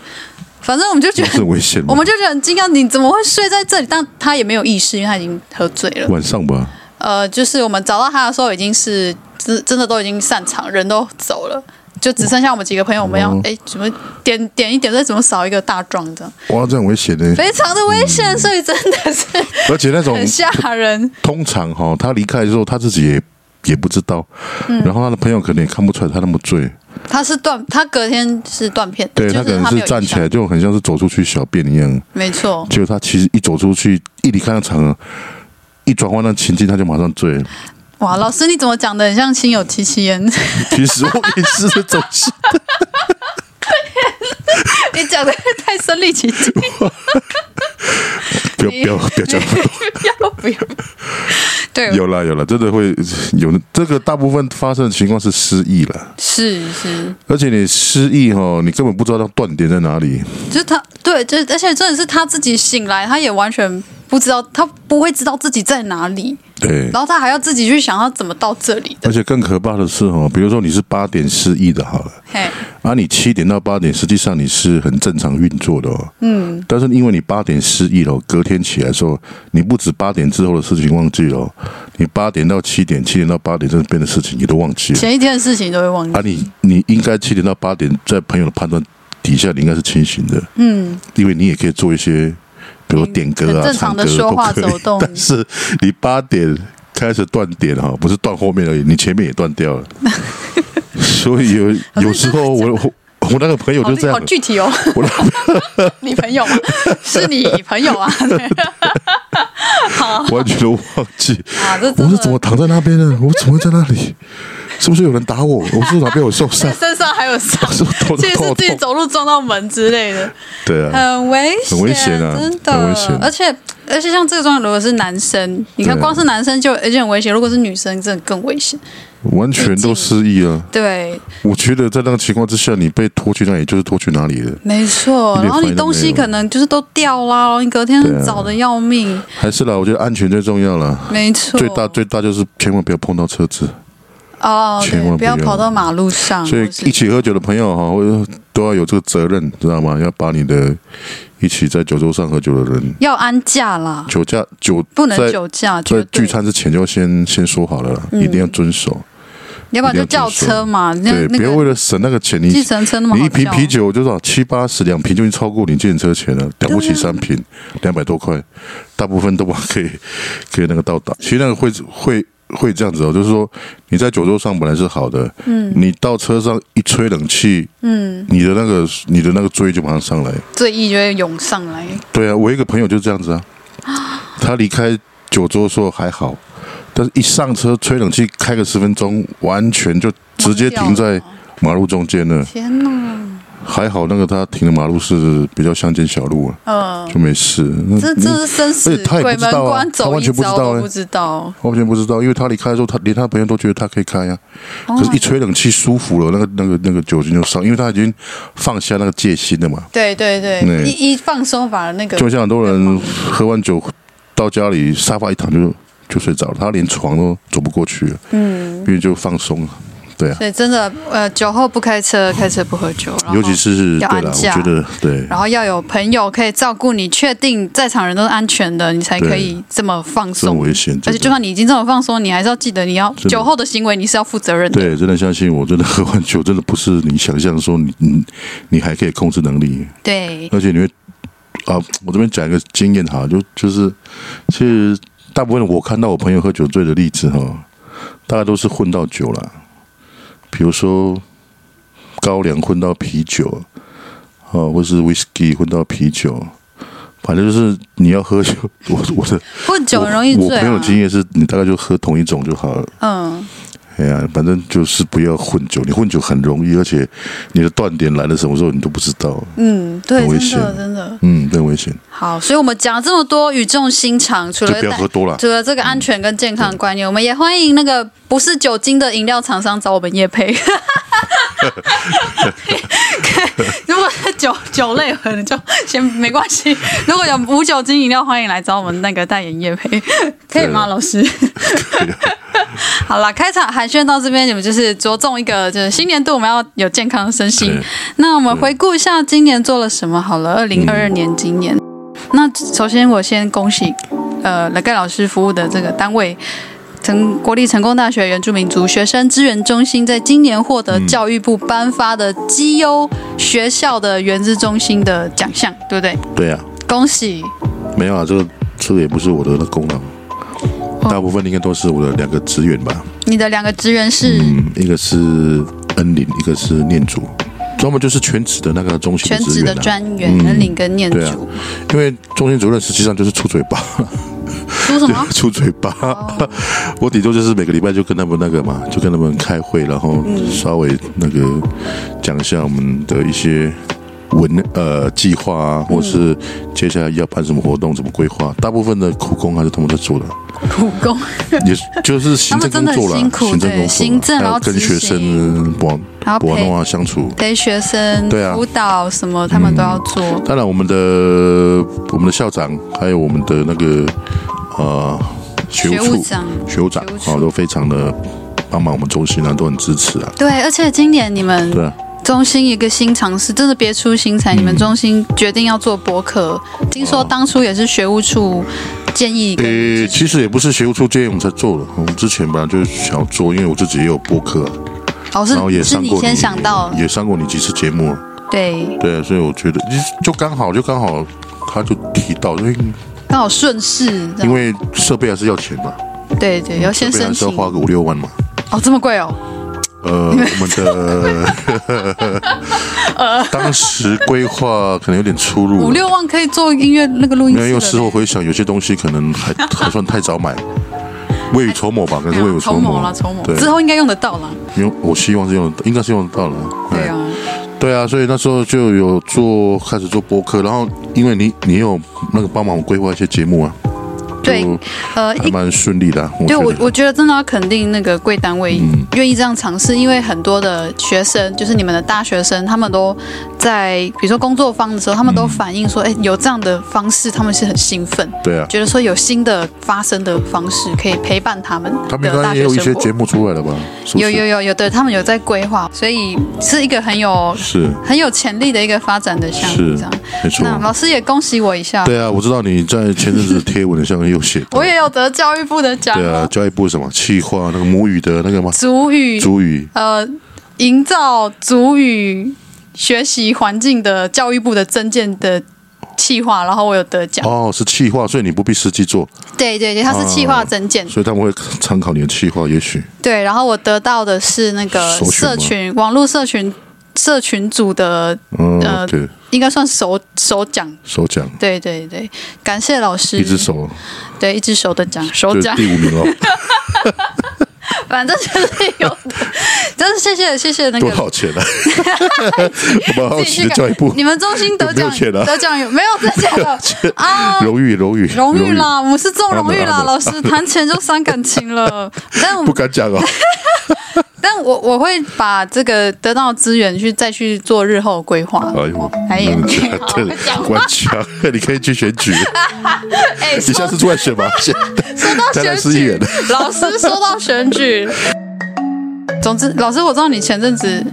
Speaker 1: 反正我们就觉
Speaker 2: 那
Speaker 1: 得
Speaker 2: 是很危险吗
Speaker 1: 我们就觉得很惊讶，你怎么会睡在这里？但他也没有意识，因为他已经喝醉了。
Speaker 2: 晚上吧。
Speaker 1: 呃，就是我们找到他的时候，已经是真真的都已经散场，人都走了，就只剩下我们几个朋友。我们要
Speaker 2: 哦
Speaker 1: 哎，怎么点点一点，再怎么少一个大壮这样，
Speaker 2: 哇，这样危险呢！
Speaker 1: 非常的危险，所以真的是
Speaker 2: 而且那种
Speaker 1: 很吓人。
Speaker 2: 通常哈、他离开之后他自己也也不知道，然后他的朋友可能也看不出来他那么醉，
Speaker 1: 他是断，他隔天是断片的，
Speaker 2: 对
Speaker 1: 就
Speaker 2: 他可能
Speaker 1: 他没
Speaker 2: 是
Speaker 1: 有
Speaker 2: 站
Speaker 1: 影
Speaker 2: 起
Speaker 1: 响
Speaker 2: 来，就很像是走出去小便一样，
Speaker 1: 没错。
Speaker 2: 结果他其实一走出去，一离开那场合，一转换那情境他就马上醉了。
Speaker 1: 哇，老师你怎么讲的很像亲友戚戚焉？
Speaker 2: 其实我也是这种事，
Speaker 1: 你讲的太身临其境，
Speaker 2: 不要不要不要讲，
Speaker 1: 要不要？对，
Speaker 2: 有啦有啦，真的会有这个大部分发生的情况是失忆了，
Speaker 1: 是是，
Speaker 2: 而且你失忆哈、你根本不知道它断点在哪里，
Speaker 1: 就是他，对，就是而且真的是他自己醒来，他也完全不知道，他不会知道自己在哪里，
Speaker 2: 对。
Speaker 1: 然后他还要自己去想要怎么到这里的。
Speaker 2: 而且更可怕的是哦，比如说你是八点失忆的，好了，
Speaker 1: 嘿，
Speaker 2: 啊，你七点到八点，实际上你是很正常运作的哦。嗯。但是因为你八点失忆了，隔天起来的时候，你不止八点之后的事情忘记了哦，你八点到七点，七点到八点这边的事情你都忘记 了。
Speaker 1: 前一天的事情都会忘
Speaker 2: 啊
Speaker 1: 记。
Speaker 2: 你，你应该七点到八点，在朋友的判断底下，你应该是清醒的。嗯。因为你也可以做一些，比如说点歌
Speaker 1: 很
Speaker 2: 啊、
Speaker 1: 正
Speaker 2: 唱
Speaker 1: 常
Speaker 2: 歌
Speaker 1: 的说
Speaker 2: 都
Speaker 1: 话
Speaker 2: 可以
Speaker 1: 走动
Speaker 2: 但是你八点开始断点哈，不是断后面而已，你前面也断掉 了。所以有有时候我我我那个朋友
Speaker 1: 好
Speaker 2: 就
Speaker 1: 具
Speaker 2: 这样
Speaker 1: 好，具体 哦，
Speaker 2: 我那
Speaker 1: 你朋 友吗？啊是你朋友啊？
Speaker 2: 完全都忘记。
Speaker 1: 啊，这
Speaker 2: 我
Speaker 1: 真
Speaker 2: 是怎
Speaker 1: 的？
Speaker 2: 么躺在那边的？我怎么会在那里？是不是有人打我？我是不是哪边有受伤
Speaker 1: 身上还有 伤，
Speaker 2: 是不是头
Speaker 1: 这也是
Speaker 2: 头
Speaker 1: 自己
Speaker 2: 痛？
Speaker 1: 走路撞到门之类的，
Speaker 2: 对啊，
Speaker 1: 很危险，
Speaker 2: 很危险啊
Speaker 1: 真的，
Speaker 2: 很危险
Speaker 1: 而且而且像这个状况，如果是男生，你看
Speaker 2: 对啊
Speaker 1: 光是男生就已经很危险，如果是女生，真的更危险。
Speaker 2: 完全都失忆啊了。
Speaker 1: 对，
Speaker 2: 我觉得在那个情况之下，你被拖去那里就是拖去哪里了，
Speaker 1: 没错。
Speaker 2: 一点
Speaker 1: 然后
Speaker 2: 反
Speaker 1: 你
Speaker 2: 应都
Speaker 1: 东西
Speaker 2: 没有
Speaker 1: 可能就是都掉啦，然后你隔天
Speaker 2: 对啊
Speaker 1: 早的要命。
Speaker 2: 还是啦，我觉得安全最重要了。
Speaker 1: 没错，
Speaker 2: 最大最大啊就是千万不要碰到车子，
Speaker 1: 哦，
Speaker 2: 千
Speaker 1: 对，
Speaker 2: 万
Speaker 1: 不
Speaker 2: 不
Speaker 1: 要
Speaker 2: 要
Speaker 1: 跑到马路上。
Speaker 2: 所以
Speaker 1: 或是
Speaker 2: 一起喝酒的朋友哈，或者都要有这个责任，知道吗？要把你的一起在酒桌上喝酒的人，
Speaker 1: 要安驾啦，
Speaker 2: 酒驾酒
Speaker 1: 不能
Speaker 2: 在
Speaker 1: 酒驾，绝
Speaker 2: 在
Speaker 1: 对
Speaker 2: 聚餐之前就先先说好了啦，一定要遵守。
Speaker 1: 要不然就叫车嘛，那
Speaker 2: 对，
Speaker 1: 那
Speaker 2: 不要为
Speaker 1: 个
Speaker 2: 了省那个钱，你
Speaker 1: 计程车那么
Speaker 2: 你
Speaker 1: 好
Speaker 2: 一瓶
Speaker 1: 叫
Speaker 2: 啤酒就少七八十，两瓶就已经超过你建车钱了，了不起
Speaker 1: 啊
Speaker 2: 三瓶两百多块，大部分都不可以可以那个到达。其实那个会会会这样子哦，就是说你在酒桌上本来是好的，嗯，你到车上一吹冷气，嗯，你的那个你的那个追就马上上来。
Speaker 1: 醉意就会涌上来。
Speaker 2: 对啊，我一个朋友就这样子 啊，他离开酒桌的时候还好，但是一上车吹冷气开个十分钟，完全就直接停在马路中间了。
Speaker 1: 天哪，
Speaker 2: 还好那个他停的马路是比较乡间小路啊，
Speaker 1: 嗯，
Speaker 2: 就没事。那
Speaker 1: 这这是生死
Speaker 2: 嗯而且他也
Speaker 1: 鬼
Speaker 2: 不知
Speaker 1: 门
Speaker 2: 道啊
Speaker 1: 关
Speaker 2: 他
Speaker 1: 走
Speaker 2: 完
Speaker 1: 一
Speaker 2: 全不知
Speaker 1: 遭
Speaker 2: 道
Speaker 1: 都
Speaker 2: 欸
Speaker 1: 不知道。
Speaker 2: 完全不知道，因为他离开的时候，他连他朋友都觉得他可以开啊，
Speaker 1: 嗯哦
Speaker 2: 可是，一吹冷气舒服了，那个那个那个酒精就上，因为他已经放下那个戒心了嘛。
Speaker 1: 对对对，
Speaker 2: 对
Speaker 1: 一一放松反而那个
Speaker 2: 就像很多人喝完酒到家里沙发一躺就就睡着了，他连床都走不过去了，嗯，因为就放松了，对啊，
Speaker 1: 对，真的，呃，酒后不开 车，开车不喝酒，然后
Speaker 2: 尤其是
Speaker 1: 要
Speaker 2: 对
Speaker 1: 安
Speaker 2: 了，我
Speaker 1: 驾
Speaker 2: 觉得对，
Speaker 1: 然后要有朋友可以照顾你，确定在场人都是安全的，你才可以这么放
Speaker 2: 真
Speaker 1: 松。
Speaker 2: 危险，
Speaker 1: 而且就
Speaker 2: 真的
Speaker 1: 算你已经这么放松，你还是要记得你要
Speaker 2: 的
Speaker 1: 酒后的行为你是要负责任的。
Speaker 2: 对，真的相信我，真的喝完酒真的不是你想象说你你你还可以控制能力，
Speaker 1: 对，
Speaker 2: 而且你会啊，我这边讲一个经验哈，就就是其实大部分我看到我朋友喝酒醉的例子哈，大概都是混到酒了，比如说高粱混到啤酒，哦，或是 whisky 混到啤酒，反正就是你要喝酒， 我我的
Speaker 1: 混酒很容易
Speaker 2: 我我
Speaker 1: 醉、
Speaker 2: 朋友
Speaker 1: 啊
Speaker 2: 的。经验是你大概就喝同一种就好了。
Speaker 1: 嗯，
Speaker 2: 哎呀，反正就是不要混酒，你混酒很容易，而且你的断点来的什么时候你都不知道。
Speaker 1: 嗯，对，
Speaker 2: 很危
Speaker 1: 真的
Speaker 2: 险
Speaker 1: 真的
Speaker 2: 嗯，更危险，
Speaker 1: 好，所以我们讲了这么多语重心长，除
Speaker 2: 就
Speaker 1: 了
Speaker 2: 不要喝多了。
Speaker 1: 除了这个安全跟健康的观念，我们也欢迎那个不是酒精的饮料厂商找我们叶 配。如果是酒酒类可能就先没关系。如果有无酒精饮料，欢迎来找我们那个代言叶配，可以吗，老师？好啦，开场寒暄到这边，你们就是着重一个，就是新年度我们要有健康的身心
Speaker 2: 对。
Speaker 1: 那我们回顾一下今年做了什么好了，二零二二年今
Speaker 2: 嗯
Speaker 1: 年。那首先我先恭喜，呃，雷盖老师服务的这个单位。成国立成功大学原住民族学生支援中心在今年获得教育部颁发的绩优学校的原子中心的奖项，对不对？
Speaker 2: 对啊，
Speaker 1: 恭喜！
Speaker 2: 没有啊，这个这个也不是我的功劳，
Speaker 1: 哦
Speaker 2: 大部分应该都是我的两个职员吧。
Speaker 1: 你的两个职员是
Speaker 2: 嗯，一个是恩林，一个是念祖，专门就是全职的那个中心
Speaker 1: 全职
Speaker 2: 职
Speaker 1: 的
Speaker 2: 员啊。
Speaker 1: 专员能领跟念
Speaker 2: 对啊
Speaker 1: 主，，
Speaker 2: 因为中心主任实际上就是出嘴巴，
Speaker 1: 出什么？
Speaker 2: 出嘴巴。
Speaker 1: 哦
Speaker 2: 我顶多就是每个礼拜就跟他们那个嘛，就跟他们开会，然后稍微那个讲一下我们的一些文呃计划啊，或是接下来要办什么活动、怎么规划，大部分的苦工还是他们在做的，
Speaker 1: 苦工，
Speaker 2: 也就是行政工作
Speaker 1: 他们真的很辛苦
Speaker 2: 啦，行政
Speaker 1: 对
Speaker 2: 工
Speaker 1: 行
Speaker 2: 作
Speaker 1: 政
Speaker 2: 啦，还
Speaker 1: 然后
Speaker 2: 要跟学
Speaker 1: 执
Speaker 2: 生
Speaker 1: 行
Speaker 2: 玩
Speaker 1: 还要
Speaker 2: 玩
Speaker 1: 陪
Speaker 2: 弄啊相处。
Speaker 1: 陪学生、
Speaker 2: 对啊嗯
Speaker 1: 辅导什么，他们都要做。
Speaker 2: 当然，我们的我们的校长，还有我们的那个呃学务
Speaker 1: 学务
Speaker 2: 处、
Speaker 1: 长，
Speaker 2: 学务长
Speaker 1: 学务处
Speaker 2: 啊，都非常的帮忙我们中心啊，都很支持啊。
Speaker 1: 对，而且今年你们
Speaker 2: 对啊，嗯
Speaker 1: 中心一个新尝试，真的别出心裁。你们中心决定要做博客，听
Speaker 2: 哦
Speaker 1: 说当初也是学务处建议给你
Speaker 2: 诶、
Speaker 1: 们
Speaker 2: 呃其实也不是学务处建议我们才做的，我们之前本来就想要做，因为我自己也有播客啊，
Speaker 1: 哦，
Speaker 2: 然后也
Speaker 1: 是是
Speaker 2: 上
Speaker 1: 你
Speaker 2: 过
Speaker 1: 先想到，
Speaker 2: 也上过你几次节目了，
Speaker 1: 对，
Speaker 2: 对啊，所以我觉得就就刚好就刚好，他就提到，因为
Speaker 1: 刚好顺势，这样
Speaker 2: 因为设备还是要钱嘛，
Speaker 1: 对对，要先
Speaker 2: 设备
Speaker 1: 申
Speaker 2: 还是
Speaker 1: 请
Speaker 2: 要花个五六万嘛。
Speaker 1: 哦，这么贵哦，
Speaker 2: 呃，我们的当时规划可能有点出入了，
Speaker 1: 五六万可以做音乐那个录音
Speaker 2: 嗯没有，因为
Speaker 1: 室
Speaker 2: 事
Speaker 1: 了
Speaker 2: 后回想，有些东西可 能还还算太早买，未雨绸缪吧，可能
Speaker 1: 哎
Speaker 2: 是
Speaker 1: 呀
Speaker 2: 未雨
Speaker 1: 筹
Speaker 2: 绸
Speaker 1: 谋
Speaker 2: 缪啊
Speaker 1: 了，筹谋
Speaker 2: 对，
Speaker 1: 之后应该用得到了，
Speaker 2: 因为我希望是用得，应该是用得到了。
Speaker 1: 对
Speaker 2: 哎
Speaker 1: 啊，
Speaker 2: 对啊，所以那时候就有做开始做播客，然后因为你你有那个帮忙我规划一些节目啊，
Speaker 1: 对
Speaker 2: 就
Speaker 1: 呃，
Speaker 2: 还
Speaker 1: 一
Speaker 2: 蛮顺利的啊、我
Speaker 1: 对
Speaker 2: 觉
Speaker 1: 我
Speaker 2: 得
Speaker 1: 我觉得真的要肯定那个贵单位
Speaker 2: 嗯
Speaker 1: 愿意这样尝试，因为很多的学生，就是你们的大学生，他们都在比如说工作坊的时候，他们都反映说，哎、有这样的方式，他们是很兴奋，
Speaker 2: 对啊，
Speaker 1: 觉得说有新的发生的方式可以陪伴他们
Speaker 2: 他们应
Speaker 1: 的
Speaker 2: 该
Speaker 1: 大
Speaker 2: 也
Speaker 1: 学
Speaker 2: 有一些
Speaker 1: 生
Speaker 2: 节
Speaker 1: 活。
Speaker 2: 目出来了 吧？是不
Speaker 1: 有
Speaker 2: 是
Speaker 1: 有有有，对他们有在规划，所以是一个很 有
Speaker 2: 是
Speaker 1: 很有潜力的一个发展的项目。
Speaker 2: 是
Speaker 1: 这样，
Speaker 2: 没错。
Speaker 1: 那老师也恭喜我一下，
Speaker 2: 对啊，我知道你在前阵子贴文上也有写到，
Speaker 1: 我也有得教育部的奖
Speaker 2: 对啊，
Speaker 1: 哦，
Speaker 2: 教育部什么企划那个母语的那个吗？
Speaker 1: 主语
Speaker 2: 主语
Speaker 1: 呃，营造主语学习环境的教育部的增建的企划，然后我有得奖。
Speaker 2: 哦，是企划，所以你不必实际做，
Speaker 1: 对对对，它是企划增建。
Speaker 2: 所以他们会参考你的企划，也许
Speaker 1: 对，然后我得到的是那个
Speaker 2: 首选吗
Speaker 1: 社群网络社群社群组的，
Speaker 2: 嗯，
Speaker 1: 呃
Speaker 2: 对，
Speaker 1: 应该算首首奖。
Speaker 2: 首奖
Speaker 1: 对对对，感谢老师。
Speaker 2: 一只，手，
Speaker 1: 对一只手的奖，首
Speaker 2: 就是
Speaker 1: 奖。
Speaker 2: 第五名 哦，
Speaker 1: 反正就是 有的，但是谢谢谢谢那
Speaker 2: 多
Speaker 1: 个
Speaker 2: 少钱 啊？我蛮好奇的，教育部
Speaker 1: 你们中心得
Speaker 2: 有没有
Speaker 1: 奖
Speaker 2: 钱啊
Speaker 1: 得奖有没有得 奖的啊？
Speaker 2: 荣誉荣誉
Speaker 1: 荣誉，啦，我们是中
Speaker 2: 当然
Speaker 1: 荣誉啦，
Speaker 2: 当然
Speaker 1: 老师谈钱就伤感情 了。但
Speaker 2: 不
Speaker 1: 我
Speaker 2: 敢讲哦，
Speaker 1: 但我我会把这个得到的资源去再去做日后的规划。
Speaker 2: 哎呦。
Speaker 1: 哎呀
Speaker 2: 那，
Speaker 1: 好
Speaker 2: 个
Speaker 1: 讲
Speaker 2: 官腔， 你可以去选举，
Speaker 1: 哎，
Speaker 2: 你下
Speaker 1: 说
Speaker 2: 次出来选吧。先
Speaker 1: 说到
Speaker 2: 台
Speaker 1: 选
Speaker 2: 南市议
Speaker 1: 举
Speaker 2: 员，
Speaker 1: 老师说到选举，总之，老师我知道你前阵子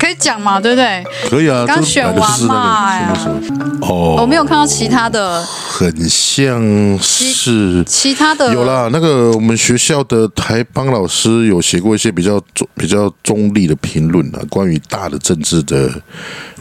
Speaker 1: 可以讲嘛，对不对？
Speaker 2: 可以啊，
Speaker 1: 刚
Speaker 2: 这
Speaker 1: 选
Speaker 2: 本来就是
Speaker 1: 完嘛
Speaker 2: 那个
Speaker 1: 哎呀
Speaker 2: 是那个哦，
Speaker 1: 我没有看到其他的
Speaker 2: 很像是
Speaker 1: 其他的
Speaker 2: 有啦，那个我们学校的台邦老师有写过一些比较中比较中立的评论啊，关于大的政治的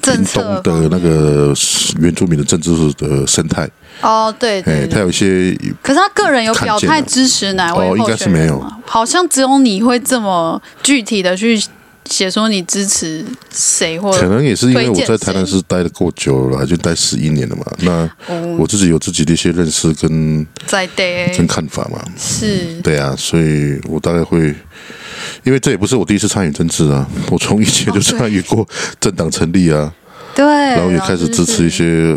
Speaker 1: 政
Speaker 2: 屏
Speaker 1: 策
Speaker 2: 东的那个原住民的政治的生态，
Speaker 1: 哦，对
Speaker 2: 哎，
Speaker 1: 对
Speaker 2: 他
Speaker 1: 对。
Speaker 2: 有一些
Speaker 1: 可是他个人有
Speaker 2: 看见
Speaker 1: 表
Speaker 2: 了
Speaker 1: 态支持哪位
Speaker 2: 哦应
Speaker 1: 候
Speaker 2: 该是
Speaker 1: 选人
Speaker 2: 没有
Speaker 1: 吗好像只有你会这么具体的去写说你支持谁或
Speaker 2: 可能也是因为我
Speaker 1: 推荐
Speaker 2: 在
Speaker 1: 谁
Speaker 2: 台南市待的够久了啦，就待十一年了嘛，那
Speaker 1: 哦
Speaker 2: 我自己有自己的一些认识跟
Speaker 1: 在 day
Speaker 2: 跟看法嘛，
Speaker 1: 是
Speaker 2: 对啊，所以我大概会，因为这也不是我第一次参与政治啊，我从以前就参与过政党成立啊，
Speaker 1: 哦对，然
Speaker 2: 然后也开始支持一些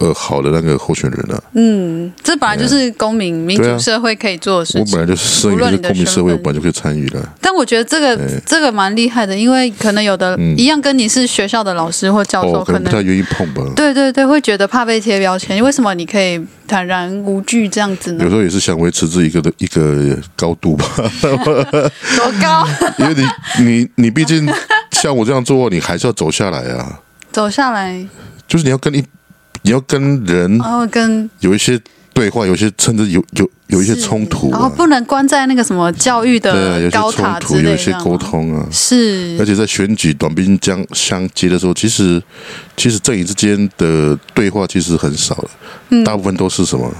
Speaker 2: 呃好的那个候选人啊了。
Speaker 1: 嗯，这本来就是公民民
Speaker 2: 对
Speaker 1: 主
Speaker 2: 啊
Speaker 1: 社会可以做的事
Speaker 2: 我本
Speaker 1: 情。
Speaker 2: 来就是生于
Speaker 1: 无论
Speaker 2: 这
Speaker 1: 你
Speaker 2: 个
Speaker 1: 的
Speaker 2: 公民社会，
Speaker 1: 身份
Speaker 2: 我本来就可以参与了。
Speaker 1: 但我觉得这个这个蛮厉害的，因为可能有的一样跟你是学校的老师或教
Speaker 2: 嗯哦，
Speaker 1: 授，
Speaker 2: 可
Speaker 1: 可
Speaker 2: 能不太
Speaker 1: 能
Speaker 2: 愿意碰吧。
Speaker 1: 对对对，会觉得怕被贴标签。为什么你可以坦然无惧这样子呢
Speaker 2: 有？时候也是想维持自己一个的一个高度吧，
Speaker 1: 多高
Speaker 2: 因为你你你毕竟像我这样做，你还是要走下来啊。
Speaker 1: 走下来，
Speaker 2: 就是你要跟一你要跟人
Speaker 1: 然后跟
Speaker 2: 有一些对话，有一些甚至有有有一些冲突
Speaker 1: 然后
Speaker 2: 啊，
Speaker 1: 不能关在那个什么教育
Speaker 2: 对啊，
Speaker 1: 的
Speaker 2: 有一些
Speaker 1: 高
Speaker 2: 冲
Speaker 1: 塔
Speaker 2: 突，
Speaker 1: 之
Speaker 2: 有
Speaker 1: 类
Speaker 2: 一些
Speaker 1: 的
Speaker 2: 沟
Speaker 1: 吗。
Speaker 2: 通啊。而
Speaker 1: 是，
Speaker 2: 且在选举短兵相相接的时候，其实其实阵营之间的对话其实很少了，
Speaker 1: 嗯
Speaker 2: 大部分都是什么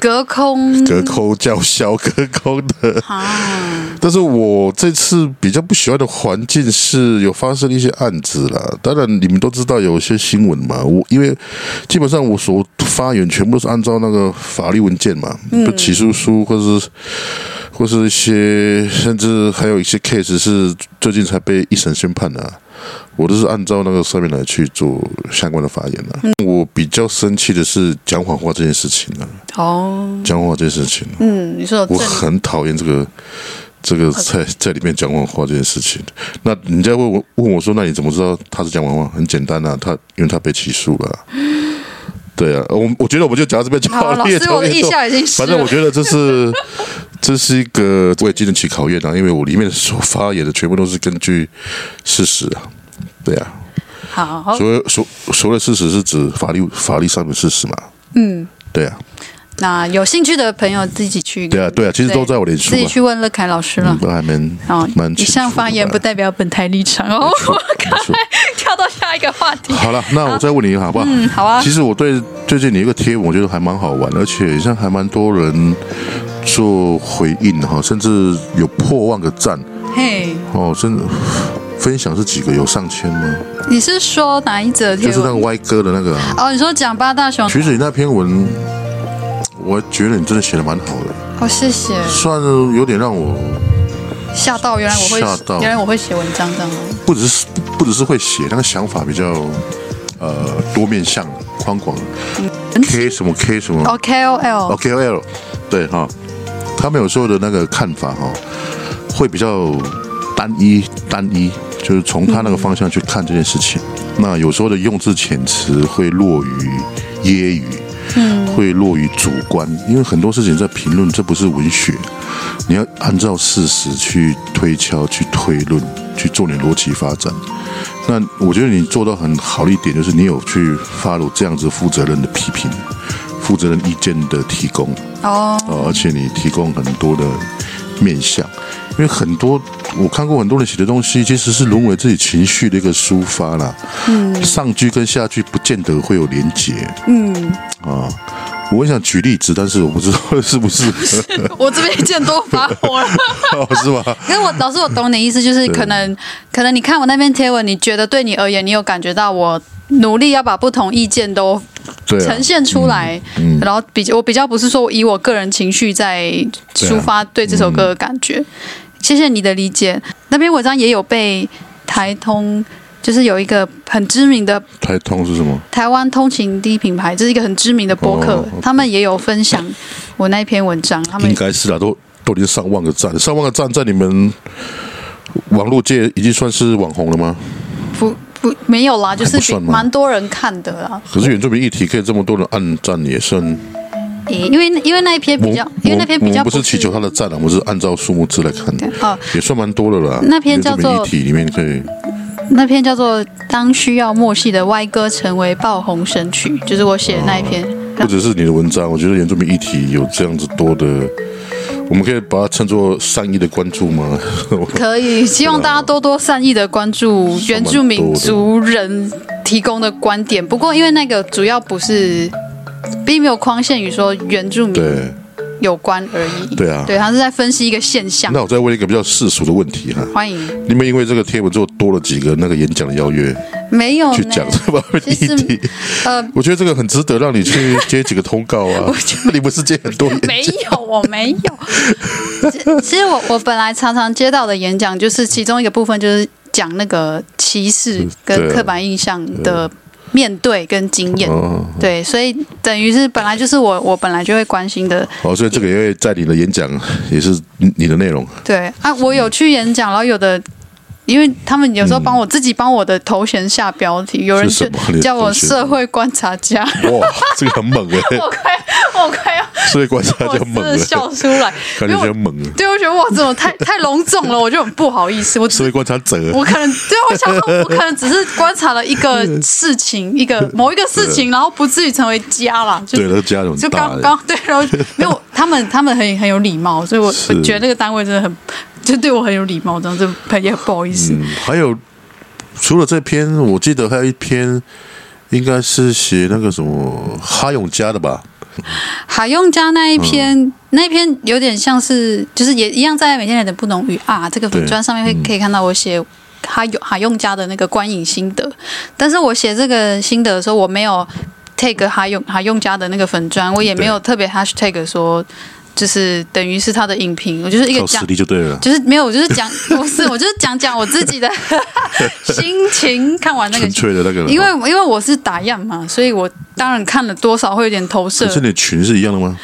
Speaker 1: 隔空
Speaker 2: 隔空叫嚣、 隔空的。
Speaker 1: 啊，
Speaker 2: 但是我这次比较不喜欢的环境是有发生一些案子啦，当然你们都知道有一些新闻嘛，我因为基本上我所发言全部都是按照那个法律文件嘛，就起诉书或是或是一些甚至还有一些 case 是最近才被一审宣判的啊、我都是按照那个上面来去做相关的发言的、我比较生气的是讲谎话这件事情呢、
Speaker 1: 哦，
Speaker 2: 讲谎话这件事情，
Speaker 1: 嗯，你说有
Speaker 2: 我
Speaker 1: 正
Speaker 2: 很讨厌这个这个在在里面讲谎话这件事情。那人家问我问我说，那你怎么知道他是讲谎话？很简单啊，他因为他被起诉了啊、对啊，我我觉得我们就讲到这边就
Speaker 1: 好，
Speaker 2: 了。
Speaker 1: 哦老
Speaker 2: 越
Speaker 1: 师，
Speaker 2: 讲
Speaker 1: 我的
Speaker 2: 越
Speaker 1: 意
Speaker 2: 多
Speaker 1: 下已经湿
Speaker 2: 反正我
Speaker 1: 了。
Speaker 2: 觉得这是这是一个我也经得起考验啊，因为我里面所发言的全部都是根据事实啊，对啊，
Speaker 1: 好，好
Speaker 2: 所谓所所谓的事实是指法律法律上的事实嘛，
Speaker 1: 嗯，
Speaker 2: 对啊，
Speaker 1: 那有兴趣的朋友自己去，
Speaker 2: 对啊，对啊，其实都在我脸书
Speaker 1: 自己
Speaker 2: 啊，
Speaker 1: 去问乐凯老师了
Speaker 2: 嗯。都还蛮
Speaker 1: 哦，
Speaker 2: 蛮
Speaker 1: 以
Speaker 2: 清楚的
Speaker 1: 上
Speaker 2: 吧
Speaker 1: 发言不代表本台立场哦。 我赶
Speaker 2: 错
Speaker 1: 快跳到下一个话题。
Speaker 2: 好了，那我再问你一个好不好？
Speaker 1: 嗯，好啊
Speaker 2: 其，实我对最近你一个贴文，我觉得还蛮好玩，而且像还蛮多人做回应的哈，甚至有破万个赞
Speaker 1: 嘿，
Speaker 2: 哦，甚至分享是几个有上千吗？
Speaker 1: 你是说哪一则
Speaker 2: 就
Speaker 1: 贴
Speaker 2: 是那个
Speaker 1: 文？
Speaker 2: 歪哥的那个、啊。
Speaker 1: 哦，你说讲八大熊，
Speaker 2: 其实你那篇文，我觉得你真的写的蛮好的，
Speaker 1: 好，哦谢谢，
Speaker 2: 算有点让我
Speaker 1: 吓到，原来我会
Speaker 2: 吓，到
Speaker 1: 原来我会写文章这样。
Speaker 2: 不只是不只是会写，那个想法比较呃多面向、宽广。K
Speaker 1: 嗯
Speaker 2: 什么 K 什么
Speaker 1: 哦，KOL，
Speaker 2: ，OK L，对哈、他们有时候的那个看法哈、会比较单一，单一就是从他那个方向去看这件事情。那有时候的用字遣词会落于揶揄，嗯，会落于主观，因为很多事情在评论，这不是文学，你要按照事实去推敲、去推论、去做你的逻辑发展。那我觉得你做到很好的一点，就是你有去发露这样子负责任的批评、负责任意见的提供。
Speaker 1: 哦，
Speaker 2: 呃，而且你提供很多的面向，因为很多我看过很多人写的东西，其实是沦为自己情绪的一个抒发啦。嗯，上句跟下句不见得会有连结。嗯，啊，我很想举例子，但是我不知道是不是，
Speaker 1: 我这边一见多发火了。
Speaker 2: 是吧？
Speaker 1: 可是我老师，我懂你的意思，就是可能可能你看我那篇贴文，你觉得对你而言，你有感觉到我努力要把不同意见都
Speaker 2: 对啊嗯
Speaker 1: 呈，现出来，然后比我比较不是说以我个人情绪在抒发对这首歌的感觉。谢谢你的理解。那篇文章也有被台通，就是有一个很知名的
Speaker 2: 台通是什么？
Speaker 1: 台湾通勤第一品牌，这是一个很知名的播客，
Speaker 2: 哦，OK
Speaker 1: 他们也有分享我那篇文章，他们
Speaker 2: 应该是啦，都都已经上万个赞，上万个赞在你们网络界已经算是网红了吗？
Speaker 1: 不不没有啦，就是
Speaker 2: 还不算
Speaker 1: 比
Speaker 2: 吗
Speaker 1: 蛮多人看的啦。
Speaker 2: 可是原住民议题可以这么多人按赞，也算。
Speaker 1: 诶，因为因为那一篇
Speaker 2: 我
Speaker 1: 比较，因为那篇比较
Speaker 2: 我们不是祈求他的赞啊，我们是按照数目字来看的，
Speaker 1: 哦，
Speaker 2: 也算蛮多的了啦。
Speaker 1: 那篇叫
Speaker 2: 这
Speaker 1: 做
Speaker 2: 么一体里面可以，
Speaker 1: 那篇叫做《当需要默契的歪歌成为爆红神曲》，就是我写的那一篇。
Speaker 2: 不只是你的文哦章，我觉得原住民议题有这样子多的，我们可以把它称作善意的关注吗？
Speaker 1: 可以，希望大家多多善意的关注原住民族人提供的观点。不过，因为那个主要不是，并没有框限于说原住民
Speaker 2: 对，
Speaker 1: 有关而已。
Speaker 2: 对啊
Speaker 1: 对，他是在分析一个现象。
Speaker 2: 那我再问一个比较世俗的问题哈，
Speaker 1: 欢迎，
Speaker 2: 你们因为这个贴文之后多了几个那个演讲的邀约
Speaker 1: 没有
Speaker 2: 去
Speaker 1: 呢？
Speaker 2: 讲这方面的
Speaker 1: 哦其
Speaker 2: 议
Speaker 1: 实
Speaker 2: 题，
Speaker 1: 呃，
Speaker 2: 我觉得这个很值得让你去接几个通告啊。 你不是接很多演
Speaker 1: 没 有，我没有。其其实我我本来常常接到的演讲，就是其中一个部分就是讲那个歧视跟
Speaker 2: 对啊
Speaker 1: 刻板印象的面对跟经验。
Speaker 2: 哦，
Speaker 1: 对，所以等于是本来就是我我本来就会关心的。
Speaker 2: 哦，所以这个也会在你的演讲也是你你的内 容。
Speaker 1: 对啊，我有去演讲，然后有的。因为他们有时候帮我、自己帮我的头衔下标题，有人就
Speaker 2: 是什么你的
Speaker 1: 叫我
Speaker 2: 头衔
Speaker 1: 社会观察家，
Speaker 2: 哇，这个很猛哎、
Speaker 1: 我快我快要
Speaker 2: 所以观察
Speaker 1: 我
Speaker 2: 就
Speaker 1: 真
Speaker 2: 猛
Speaker 1: 的
Speaker 2: 了，
Speaker 1: 笑出来，
Speaker 2: 感觉就很猛啊了。
Speaker 1: 对，我觉得哇，怎么太太隆重了，我就很不好意思。我只
Speaker 2: 所以观察者，
Speaker 1: 我可能对我想说，我可能只是观察了一个事情，一个某一个事情，然后不至于成为家啦。就
Speaker 2: 对，那个家人
Speaker 1: 就
Speaker 2: 很大欸
Speaker 1: 刚
Speaker 2: 的，
Speaker 1: 刚对，然后没有他们，他们很很有礼貌，所以我
Speaker 2: 是
Speaker 1: 我觉得那个单位真的很，就对我很有礼貌，这样就很也很不好意思。
Speaker 2: 嗯，还有除了这篇，我记得还有一篇，应该是写那个什么哈永家的吧？
Speaker 1: 海用家那一篇，
Speaker 2: 嗯
Speaker 1: 那一篇有点像是，就是也一样在每天来的不浓语啊这个粉砖上面会可以看到我写海用海用家的那个观影心得，但是我写这个心得的时候，我没有 take 海用海用家的那个粉砖，我也没有特别 hashtag 说。就是等于是他的影评，我就是一个
Speaker 2: 靠
Speaker 1: 讲
Speaker 2: 实力就对了，
Speaker 1: 就是没有，我就是讲，不 是，我就是讲讲我自己的 心情。看完那个
Speaker 2: 纯，粹的那个了。
Speaker 1: 因为
Speaker 2: 哦
Speaker 1: 因为我是打样嘛，所以我当然看了多少会有点投射
Speaker 2: 可。是你的群是一样的吗？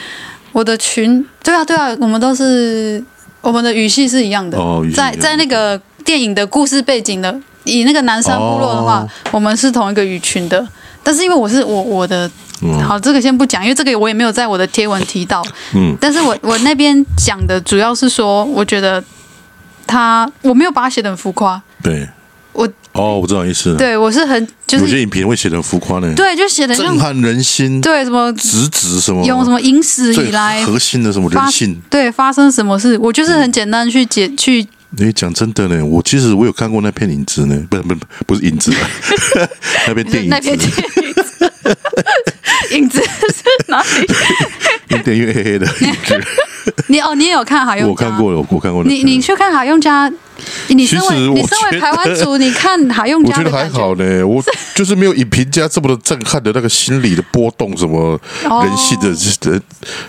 Speaker 1: 我的群，对啊对啊，我们都是我们的语系是一样的，
Speaker 2: 哦语系
Speaker 1: 在
Speaker 2: 一样
Speaker 1: 在那个电影的故事背景的，以那个南山部落的话，
Speaker 2: 哦
Speaker 1: 我们是同一个语群的。但是因为我是我我的
Speaker 2: 嗯
Speaker 1: 好，这个先不讲，因为这个我也没有在我的贴文提到。
Speaker 2: 嗯，
Speaker 1: 但是我我那边讲的主要是说，我觉得他我没有把它写的很浮夸，
Speaker 2: 对。
Speaker 1: 我
Speaker 2: 哦，我知道意思。
Speaker 1: 对我是很就
Speaker 2: 有些
Speaker 1: 是
Speaker 2: 影评会写的浮夸呢，
Speaker 1: 对，就写的像
Speaker 2: 震撼人心，
Speaker 1: 对什么
Speaker 2: 直指什么
Speaker 1: 用什么影史以
Speaker 2: 最
Speaker 1: 来
Speaker 2: 核心的什么
Speaker 1: 发
Speaker 2: 人性。
Speaker 1: 对发生什么事，我就是很简单去解去
Speaker 2: 你讲真的呢，我其实我有看过那片影子呢，不是不是不是影子啊，那片电影
Speaker 1: 那篇
Speaker 2: 子
Speaker 1: 电影。影子是哪里？
Speaker 2: 影电影黑黑的影子，
Speaker 1: 你哦，你也有看海用
Speaker 2: 我
Speaker 1: 家？
Speaker 2: 看过了，我看过了。
Speaker 1: 你你去看海用家，你身
Speaker 2: 其
Speaker 1: 为
Speaker 2: 实
Speaker 1: 你
Speaker 2: 我
Speaker 1: 身为
Speaker 2: 觉
Speaker 1: 台湾
Speaker 2: 得
Speaker 1: 族，你看海用
Speaker 2: 我
Speaker 1: 家
Speaker 2: 觉
Speaker 1: 的
Speaker 2: 得还
Speaker 1: 感
Speaker 2: 好呢，我就是没有影评家这么的震撼的那个心理的波动，什么
Speaker 1: 哦
Speaker 2: 人性的人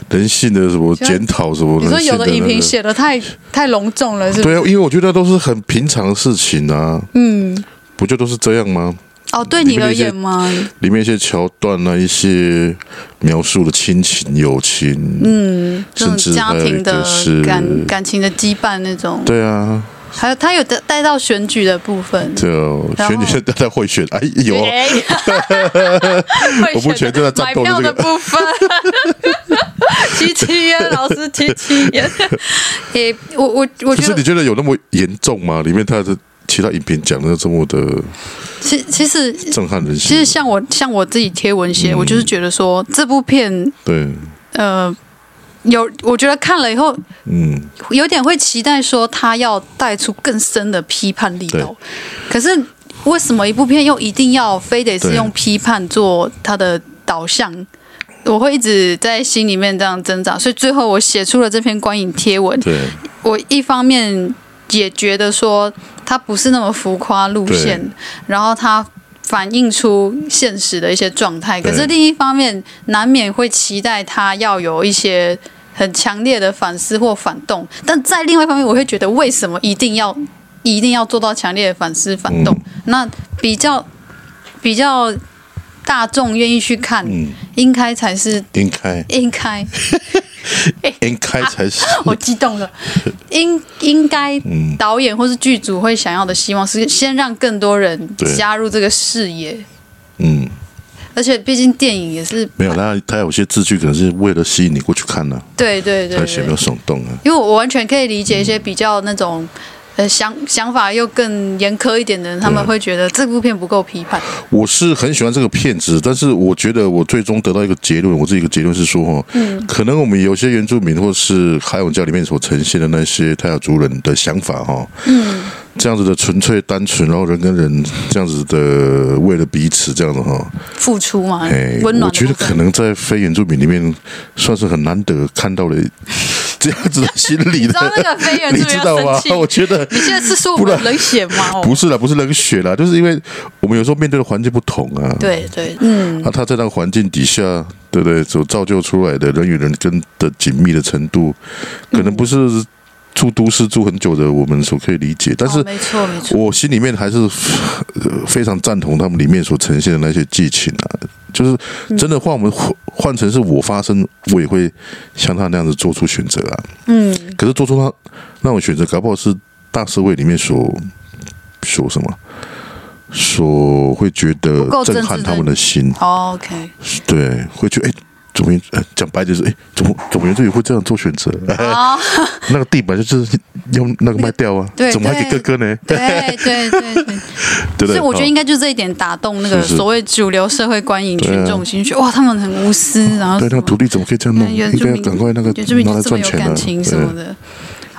Speaker 2: 人性的什么检讨什么。
Speaker 1: 你说
Speaker 2: 人性
Speaker 1: 有的影
Speaker 2: 那
Speaker 1: 评
Speaker 2: 个
Speaker 1: 写的太太隆重了，是不
Speaker 2: 对
Speaker 1: 是？
Speaker 2: 啊，因为我觉得都是很平常的事情啊，
Speaker 1: 嗯，
Speaker 2: 不就都是这样吗？
Speaker 1: 哦，对
Speaker 2: 里
Speaker 1: 你
Speaker 2: 面的
Speaker 1: 而
Speaker 2: 一些
Speaker 1: 言吗？
Speaker 2: 里面一些桥段啊，一些描述的亲情、友情，
Speaker 1: 嗯，这
Speaker 2: 甚
Speaker 1: 种
Speaker 2: 至
Speaker 1: 家
Speaker 2: 还有
Speaker 1: 庭
Speaker 2: 一
Speaker 1: 的
Speaker 2: 个是
Speaker 1: 感感情的羁绊那种，
Speaker 2: 对啊，
Speaker 1: 还有他有带带到选举的部分，
Speaker 2: 就
Speaker 1: 然后
Speaker 2: 选举 现在会选，哎有
Speaker 1: 哎
Speaker 2: 我不觉得在
Speaker 1: 买
Speaker 2: 战
Speaker 1: 票
Speaker 2: 斗的这
Speaker 1: 的
Speaker 2: 个
Speaker 1: 部分， 七七耶，老师七七 耶，也我我我
Speaker 2: 可
Speaker 1: 觉
Speaker 2: 是
Speaker 1: 得
Speaker 2: 你觉得有那么严重吗？里面他的其他影评讲的这么的
Speaker 1: 其其实
Speaker 2: 震撼人
Speaker 1: 其实
Speaker 2: 心，
Speaker 1: 像我像我自己贴文写，
Speaker 2: 嗯
Speaker 1: 我就是觉得说这部片
Speaker 2: 对，
Speaker 1: 呃有我觉得看了以后
Speaker 2: 嗯，
Speaker 1: 有点会期待说他要带出更深的批判力道，可是为什么一部片又一定要非得是
Speaker 2: 对
Speaker 1: 用批判做它的导向？我会一直在心里面这样挣扎，所以最后我写出了这篇观影贴文。
Speaker 2: 对，
Speaker 1: 我一方面也觉得说它不是那么浮夸路线
Speaker 2: 对，
Speaker 1: 然后它反映出现实的一些状态。可
Speaker 2: 对
Speaker 1: 是另一方面，难免会期待它要有一些很强烈的反思或反动。但在另外一方面，我会觉得为什么一定要一定要做到强烈的反思反动？
Speaker 2: 嗯
Speaker 1: 那比较比较大众愿意去看，
Speaker 2: 嗯
Speaker 1: 应该才是
Speaker 2: 应该
Speaker 1: 应该。
Speaker 2: 应该才是，
Speaker 1: 我激动了，应应该
Speaker 2: 嗯
Speaker 1: 导演或是剧组会想要的希望是先让更多人
Speaker 2: 对
Speaker 1: 加入这个视野，
Speaker 2: 嗯，
Speaker 1: 而且毕竟电影也是
Speaker 2: 没有，他他有些字句可能是为了吸引你过去看啊呢，
Speaker 1: 对对对
Speaker 2: 才显
Speaker 1: 对
Speaker 2: 得，耸动啊，
Speaker 1: 因为我完全可以理解一些比较那种。呃，想想法又更严苛一点的人，他们会觉得这部片不够批判。
Speaker 2: 我是很喜欢这个片子，但是我觉得我最终得到一个结论，我自己一个结论是说，哈，
Speaker 1: 嗯
Speaker 2: 可能我们有些原住民或是海勇教里面所呈现的那些泰雅族人的想法，哈，嗯，这样子的纯粹单纯，然后人跟人这样子的为了彼此这样子哈，
Speaker 1: 付出嘛
Speaker 2: 哎，，
Speaker 1: 温暖的部
Speaker 2: 我觉
Speaker 1: 分。
Speaker 2: 得可能在非原住民里面算是很难得看到的这样子的心理
Speaker 1: 你知道那
Speaker 2: 的，
Speaker 1: 个非原
Speaker 2: 你
Speaker 1: 住民
Speaker 2: 知
Speaker 1: 要
Speaker 2: 道吗
Speaker 1: 生气？，
Speaker 2: 我觉得
Speaker 1: 你现在是说我
Speaker 2: 不
Speaker 1: 们
Speaker 2: 然
Speaker 1: 冷血吗？哦
Speaker 2: 不是啦，不是冷血啦，就是因为我们有时候面对的环境不同啊，对
Speaker 1: 对对，嗯，
Speaker 2: 啊那、他在那个环境底下，对不对？所造就出来的人与人跟的紧密的程度，可能不是住都市住很久的我们所可以理解，但
Speaker 1: 哦
Speaker 2: 是。
Speaker 1: 没错没错，
Speaker 2: 我心里面还是呃非常赞同他们里面所呈现的那些剧情啊，就是
Speaker 1: 嗯
Speaker 2: 真的换我们换换成是我发生，我也会像他那样子做出选择啊。
Speaker 1: 嗯，
Speaker 2: 可是做出他那种选择，搞不好是大社会里面所所什么，所会觉得
Speaker 1: 不够
Speaker 2: 震
Speaker 1: 政
Speaker 2: 撼
Speaker 1: 治
Speaker 2: 他
Speaker 1: 正
Speaker 2: 们的心。
Speaker 1: 哦 OK，
Speaker 2: 对，会觉得哎，怎么呃讲白就是哎，怎么怎么原住民会这样做选择？
Speaker 1: 哦，
Speaker 2: 那个地板就是用那个卖掉啊，
Speaker 1: 对
Speaker 2: 怎么还给哥哥呢？
Speaker 1: 对对对对，
Speaker 2: 对不
Speaker 1: 所以
Speaker 2: 对？
Speaker 1: 我觉得
Speaker 2: 哦
Speaker 1: 应该就这一点打动那个
Speaker 2: 是是
Speaker 1: 所谓主流社会观影
Speaker 2: 对啊
Speaker 1: 群众心绪。哇，他们很无私，然后
Speaker 2: 对
Speaker 1: 什么哎
Speaker 2: 那个土地怎么可以这样弄？
Speaker 1: 嗯原
Speaker 2: 应
Speaker 1: 住
Speaker 2: 该要
Speaker 1: 民
Speaker 2: 赶快那个
Speaker 1: 原住民
Speaker 2: 拿
Speaker 1: 就
Speaker 2: 来
Speaker 1: 这么
Speaker 2: 赚
Speaker 1: 有
Speaker 2: 钱啊！
Speaker 1: 感情什么
Speaker 2: 对，
Speaker 1: 的。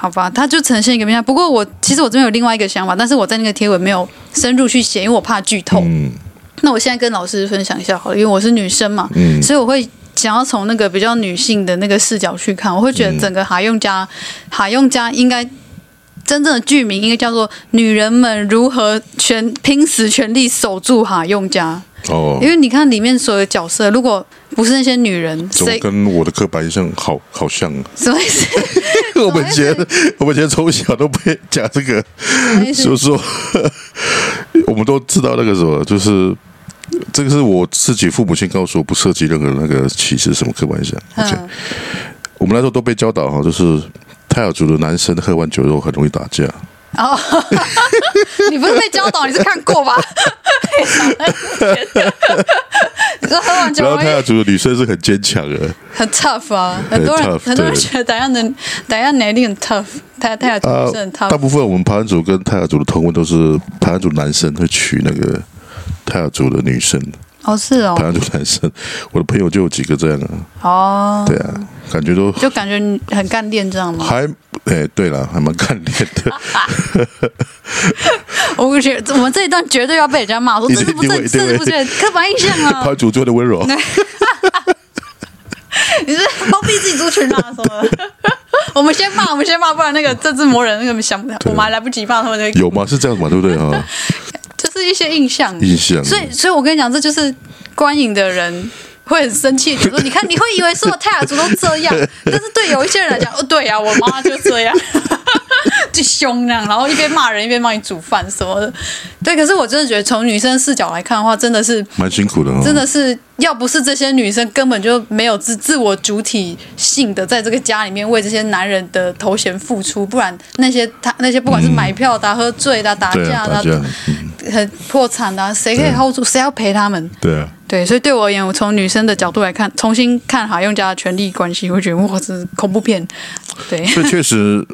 Speaker 1: 好吧，它就呈现一个面向。不过我其实我这边有另外一个想法，但是我在那个贴文没有深入去写，因为我怕剧透。
Speaker 2: 嗯
Speaker 1: 那我现在跟老师分享一下好了，因为我是女生嘛，
Speaker 2: 嗯
Speaker 1: 所以我会想要从那个比较女性的那个视角去看，我会
Speaker 2: 嗯
Speaker 1: 觉得整个海用家，海用家应该真正的剧名应该叫做《女人们如何全拼死全力守住海用家》。
Speaker 2: 哦
Speaker 1: 因，为你看里面所有的角色，如果不是那些女人，
Speaker 2: 怎么
Speaker 1: 谁
Speaker 2: 跟我的刻板印象好好像 啊？
Speaker 1: 什么意思？
Speaker 2: 我们以前 我们以前从小都被讲这 个，
Speaker 1: 意思
Speaker 2: 所以说 我们都知道那个什么，就是这个是我自己父母亲告诉我，不涉及任何那个歧视什么刻板印象。o k
Speaker 1: 嗯，
Speaker 2: 我们那时候都被教导哈，就是泰雅族的男生喝完酒之后很容易打架。
Speaker 1: 哦， 你不是被教导，你是看过 吧？ 你说喝完酒
Speaker 2: 然后
Speaker 1: 容
Speaker 2: 泰雅
Speaker 1: 易
Speaker 2: 族的女生是很坚强的
Speaker 1: 很 tough 啊，很多人
Speaker 2: tough，
Speaker 1: 很多人
Speaker 2: 对
Speaker 1: 觉得达亚能达亚能力很 tough，他他亚
Speaker 2: 啊
Speaker 1: 是很，
Speaker 2: 大
Speaker 1: tough，
Speaker 2: 部分我们排湾族跟泰雅族的同婚都是排湾族男生会娶那个泰雅族的女生，
Speaker 1: 哦是
Speaker 2: 排
Speaker 1: 哦，
Speaker 2: 湾族男生，我的朋友就有几个这样啊，
Speaker 1: 哦，
Speaker 2: 对啊，感觉都
Speaker 1: 就感觉你很干练这样吗？
Speaker 2: 还哎、对了，还蛮干练的，
Speaker 1: 啊我觉得我们这一段绝对要被人家骂，说
Speaker 2: 一
Speaker 1: 这
Speaker 2: 定
Speaker 1: 是不正，
Speaker 2: 一定
Speaker 1: 这
Speaker 2: 会
Speaker 1: 是不正，刻板印象
Speaker 2: 排
Speaker 1: 啊！
Speaker 2: 湾族最的温 柔，
Speaker 1: 你是包庇自己族群啊什么的。 我们先骂，我们先骂，不然那个政治魔人那个想不，我们还来不及骂他们那个，
Speaker 2: 有吗？是这样嘛，对不对 啊？
Speaker 1: 就是一些印象。
Speaker 2: 印象，
Speaker 1: 所以，所以我跟你讲，这就是观影的人会很生气，就说你看，你会以为所有泰雅族都这 样，但是对有一些人来讲，哦，对呀、我妈就这样， 就凶那样，然后一边骂人一边帮你煮饭什么的。对，可是我真的觉得从女生视角来看的话，真的是。
Speaker 2: 蛮辛苦的哦，
Speaker 1: 真的是，要不是这些女生根本就没有自自我主体性的在这个家里面为这些男人的头衔付出，不然那些他那些不管是买票的啊、喝醉的啊、打
Speaker 2: 嗯对
Speaker 1: 架
Speaker 2: 啊，
Speaker 1: 的
Speaker 2: 打
Speaker 1: 啊、
Speaker 2: 架，嗯
Speaker 1: 很破产的啊、谁可以
Speaker 2: 对
Speaker 1: hold 住？谁要陪他们？
Speaker 2: 对啊，
Speaker 1: 对，所以对我而言，我从女生的角度来看，重新看《好用家的权利关系》，会觉得哇，这是恐怖片。对，
Speaker 2: 所以确实，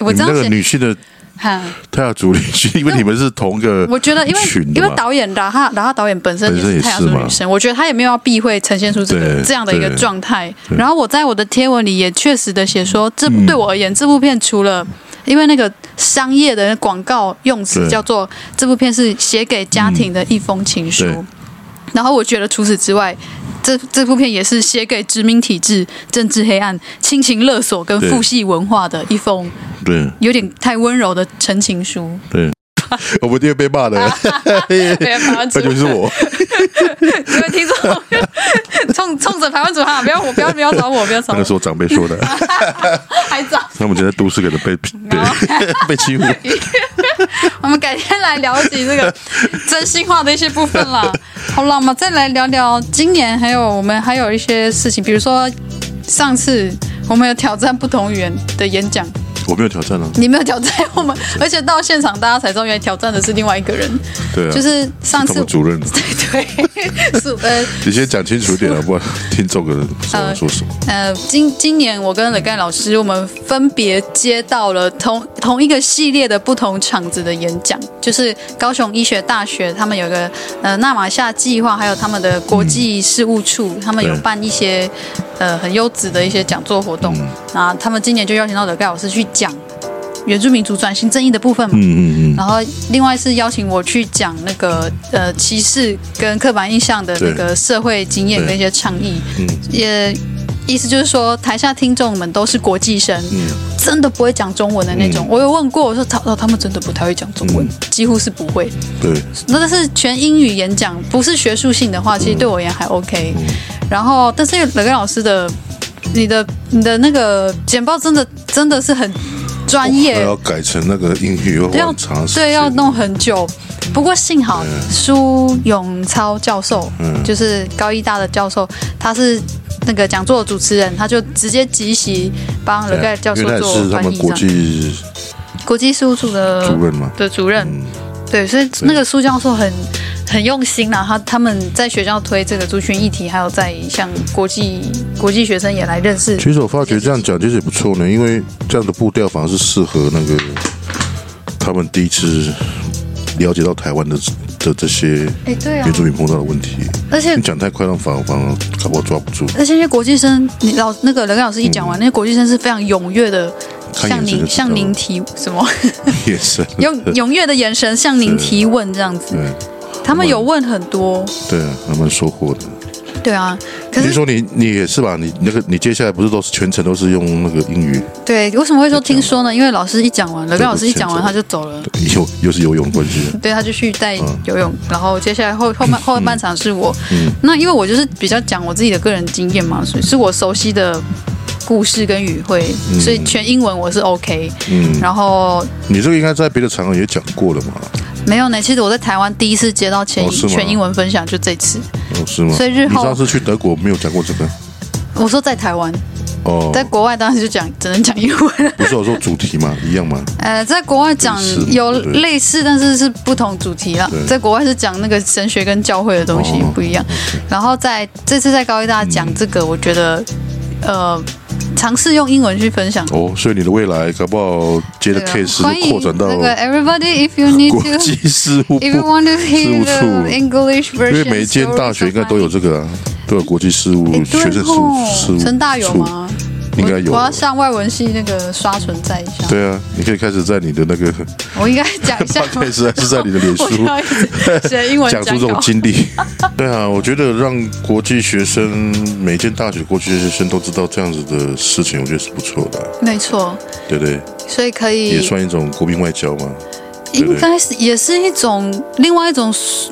Speaker 1: 我
Speaker 2: 你
Speaker 1: 这样
Speaker 2: 们那个
Speaker 1: 写，
Speaker 2: 女性的
Speaker 1: 哈，
Speaker 2: 泰雅族女性，因为你们是同一个，
Speaker 1: 我觉得因为
Speaker 2: 群
Speaker 1: 因
Speaker 2: 的
Speaker 1: 为
Speaker 2: 嘛
Speaker 1: 导演拉哈拉哈导演本身
Speaker 2: 本
Speaker 1: 也
Speaker 2: 身
Speaker 1: 是
Speaker 2: 也
Speaker 1: 太阳
Speaker 2: 是
Speaker 1: 族
Speaker 2: 嘛
Speaker 1: 女生，我觉得他也没有要避讳呈现出这个
Speaker 2: 对
Speaker 1: 这样的一个
Speaker 2: 对
Speaker 1: 状态。
Speaker 2: 对嗯
Speaker 1: 然后我在我的贴文里也确实的写说，这对我而言，这部片除了。因为那个商业的广告用词
Speaker 2: 对
Speaker 1: 叫做这部片是写给家庭的一封情书，
Speaker 2: 嗯对
Speaker 1: 然后我觉得除此之外，这这部片也是写给殖民体制、政治黑暗、亲情勒索跟
Speaker 2: 对
Speaker 1: 父系文化的一封
Speaker 2: 对
Speaker 1: 有点太温柔的陈情 书。
Speaker 2: 对，我们一定会被骂 的，
Speaker 1: 对，台湾
Speaker 2: 那就是我，
Speaker 1: 各位听众， 冲冲着台湾组哈，不要我，不要不要找我，不要找
Speaker 2: 那个是
Speaker 1: 我，
Speaker 2: 我长辈说的，
Speaker 1: 还找。
Speaker 2: 那我们现在都市可能被
Speaker 1: 哦
Speaker 2: 被被欺负，
Speaker 1: 我们改天来聊一集 这个真心话的一些部分啦。好了，我们再来聊聊今年还有我们还有一些事情，比如说上次我们有挑战不同语言的演讲。
Speaker 2: 我没有挑战啊，
Speaker 1: 你没有挑战我 们，而且到现场大家才知道，原来挑战的是另外一个人，
Speaker 2: 对啊，
Speaker 1: 就是上
Speaker 2: 他
Speaker 1: 次
Speaker 2: 们主 任，啊
Speaker 1: 对对是呃
Speaker 2: 你先讲清楚一点啊，不然听众可能不知道
Speaker 1: 呃
Speaker 2: 说什么。
Speaker 1: 呃，今今年我跟冷盖老师，我们分别接到了同同一个系列的不同场子的演讲，就是高雄医学大学他们有个呃纳马夏计划，还有他们的国际事务处，
Speaker 2: 嗯
Speaker 1: 他们有
Speaker 2: 对
Speaker 1: 办一些呃很优质的一些讲座活动
Speaker 2: 嗯
Speaker 1: 啊，他们今年就邀请到冷盖老师去讲原住民族转型正义的部分嘛。
Speaker 2: 嗯嗯嗯，
Speaker 1: 然后，另外是邀请我去讲那个呃歧视跟刻板印象的那个社会经验跟一些倡议，也意思就是说，台下听众们都是国际生，
Speaker 2: 嗯
Speaker 1: 真的不会讲中文的那种。我有问过，我说他哦他们真的不太会讲中文，几乎是不会。
Speaker 2: 对，
Speaker 1: 那但是全英语演讲，不是学术性的话，其实对我而言还 OK。然后，但是冷根老师的，你的你的那个简报真的真的是很专业，
Speaker 2: 那哦要改成那个英语要
Speaker 1: 啊要
Speaker 2: 很长时间，
Speaker 1: 对要弄很久。不过幸好苏永超教授，
Speaker 2: 嗯
Speaker 1: 就是高医大的教授，他是那个讲座的主持人，他就直接集席帮
Speaker 2: 对啊
Speaker 1: 冷盖教授
Speaker 2: 因为他也
Speaker 1: 做
Speaker 2: 哎是他
Speaker 1: 翻译
Speaker 2: 们
Speaker 1: 这
Speaker 2: 国
Speaker 1: 样。
Speaker 2: 际
Speaker 1: 国际事务处的
Speaker 2: 主任嗯嘛，
Speaker 1: 的主任，对，所以那个苏教授很很用心啦，他他们在学校推这个族群议题，还有在向国际国际学生也来认识。
Speaker 2: 其实我发觉这样讲其实也不错呢，因为这样的步调反而是适合那个他们第一次了解到台湾的的这些
Speaker 1: 哎，对啊
Speaker 2: 原，住民碰到的问题。
Speaker 1: 而且
Speaker 2: 你讲太快，让反而反而搞不好抓不 住。
Speaker 1: 而且那些国际生，你老那个冷老师一讲
Speaker 2: 嗯
Speaker 1: 完，那些国际生是非常踊跃的，
Speaker 2: 看
Speaker 1: 向
Speaker 2: 眼神就知
Speaker 1: 您
Speaker 2: 道
Speaker 1: 向您提什 么，
Speaker 2: 也是，
Speaker 1: 用踊跃的眼神向您提问这样子。
Speaker 2: 对
Speaker 1: 他们有问很多，
Speaker 2: 对啊，还蛮收获的。
Speaker 1: 对啊，可
Speaker 2: 你
Speaker 1: 是
Speaker 2: 说你你也是吧？你那个你接下来不是都是全程都是用那个英语？
Speaker 1: 对，为什么会说听说呢？因为老师一讲完，刘
Speaker 2: 对
Speaker 1: 刚老师一讲完
Speaker 2: 全
Speaker 1: 他就走了。
Speaker 2: 又又是游泳的关系，
Speaker 1: 对，他就去带游
Speaker 2: 嗯
Speaker 1: 泳，然后接下来后后半后半场是我。那因为我就是比较讲我自己的个人经验嘛，所以是我熟悉的故事跟语汇，所以全英文我是 OK。
Speaker 2: 嗯，
Speaker 1: 然后
Speaker 2: 你这个应该在别的场合也讲过了嘛？
Speaker 1: 没有呢，其实我在台湾第一次接到全英、
Speaker 2: 哦是吗
Speaker 1: 全英文分享就这次。
Speaker 2: 哦，是吗？
Speaker 1: 所以日
Speaker 2: 你
Speaker 1: 后
Speaker 2: 上次去德国没有讲过这个
Speaker 1: 我说在台湾，
Speaker 2: 哦？
Speaker 1: 在国外当然就讲只能讲英文。
Speaker 2: 不是有说主题嘛，一样嘛？
Speaker 1: 呃，在国外讲
Speaker 2: 类似嘛
Speaker 1: 有
Speaker 2: 对
Speaker 1: 类似，但是是不同主题啦
Speaker 2: 对。
Speaker 1: 在国外是讲那个神学跟教会的东西
Speaker 2: 哦嗯
Speaker 1: 不一样。然后在这次在高一大讲这个，我觉得呃，尝试用英文去分享。
Speaker 2: 哦，所以你的未来搞不好接的
Speaker 1: 对啊
Speaker 2: case
Speaker 1: 欢
Speaker 2: 会
Speaker 1: 迎
Speaker 2: 扩展到
Speaker 1: 那个 everybody if you need
Speaker 2: 国
Speaker 1: to
Speaker 2: 际事务部，
Speaker 1: if you want to
Speaker 2: 事务
Speaker 1: hear
Speaker 2: 处
Speaker 1: the English version，
Speaker 2: 因为每一间大学应该都有
Speaker 1: stories
Speaker 2: 这个啊，都有国际事务、
Speaker 1: of mine 诶对
Speaker 2: 学生事务
Speaker 1: 哦
Speaker 2: 事务
Speaker 1: 成大有
Speaker 2: 处？
Speaker 1: 吗？
Speaker 2: 应该有啊
Speaker 1: 我我要上外文系那个刷存在一下。
Speaker 2: 对啊，你可以开始在你的那 个
Speaker 1: 我应该讲 一下
Speaker 2: p
Speaker 1: 吗
Speaker 2: o d 还是在你的脸
Speaker 1: 我
Speaker 2: 书
Speaker 1: 要一直写英文
Speaker 2: 讲出这种
Speaker 1: 稿
Speaker 2: 经历。 对啊，我觉得让国际学生每间大学国际学生都知道这样子的事情，我觉得是不错的啊、
Speaker 1: 没错，
Speaker 2: 对不对？
Speaker 1: 所以可以
Speaker 2: 也算一种国民外交嘛，对
Speaker 1: 应该是也是一种另外一种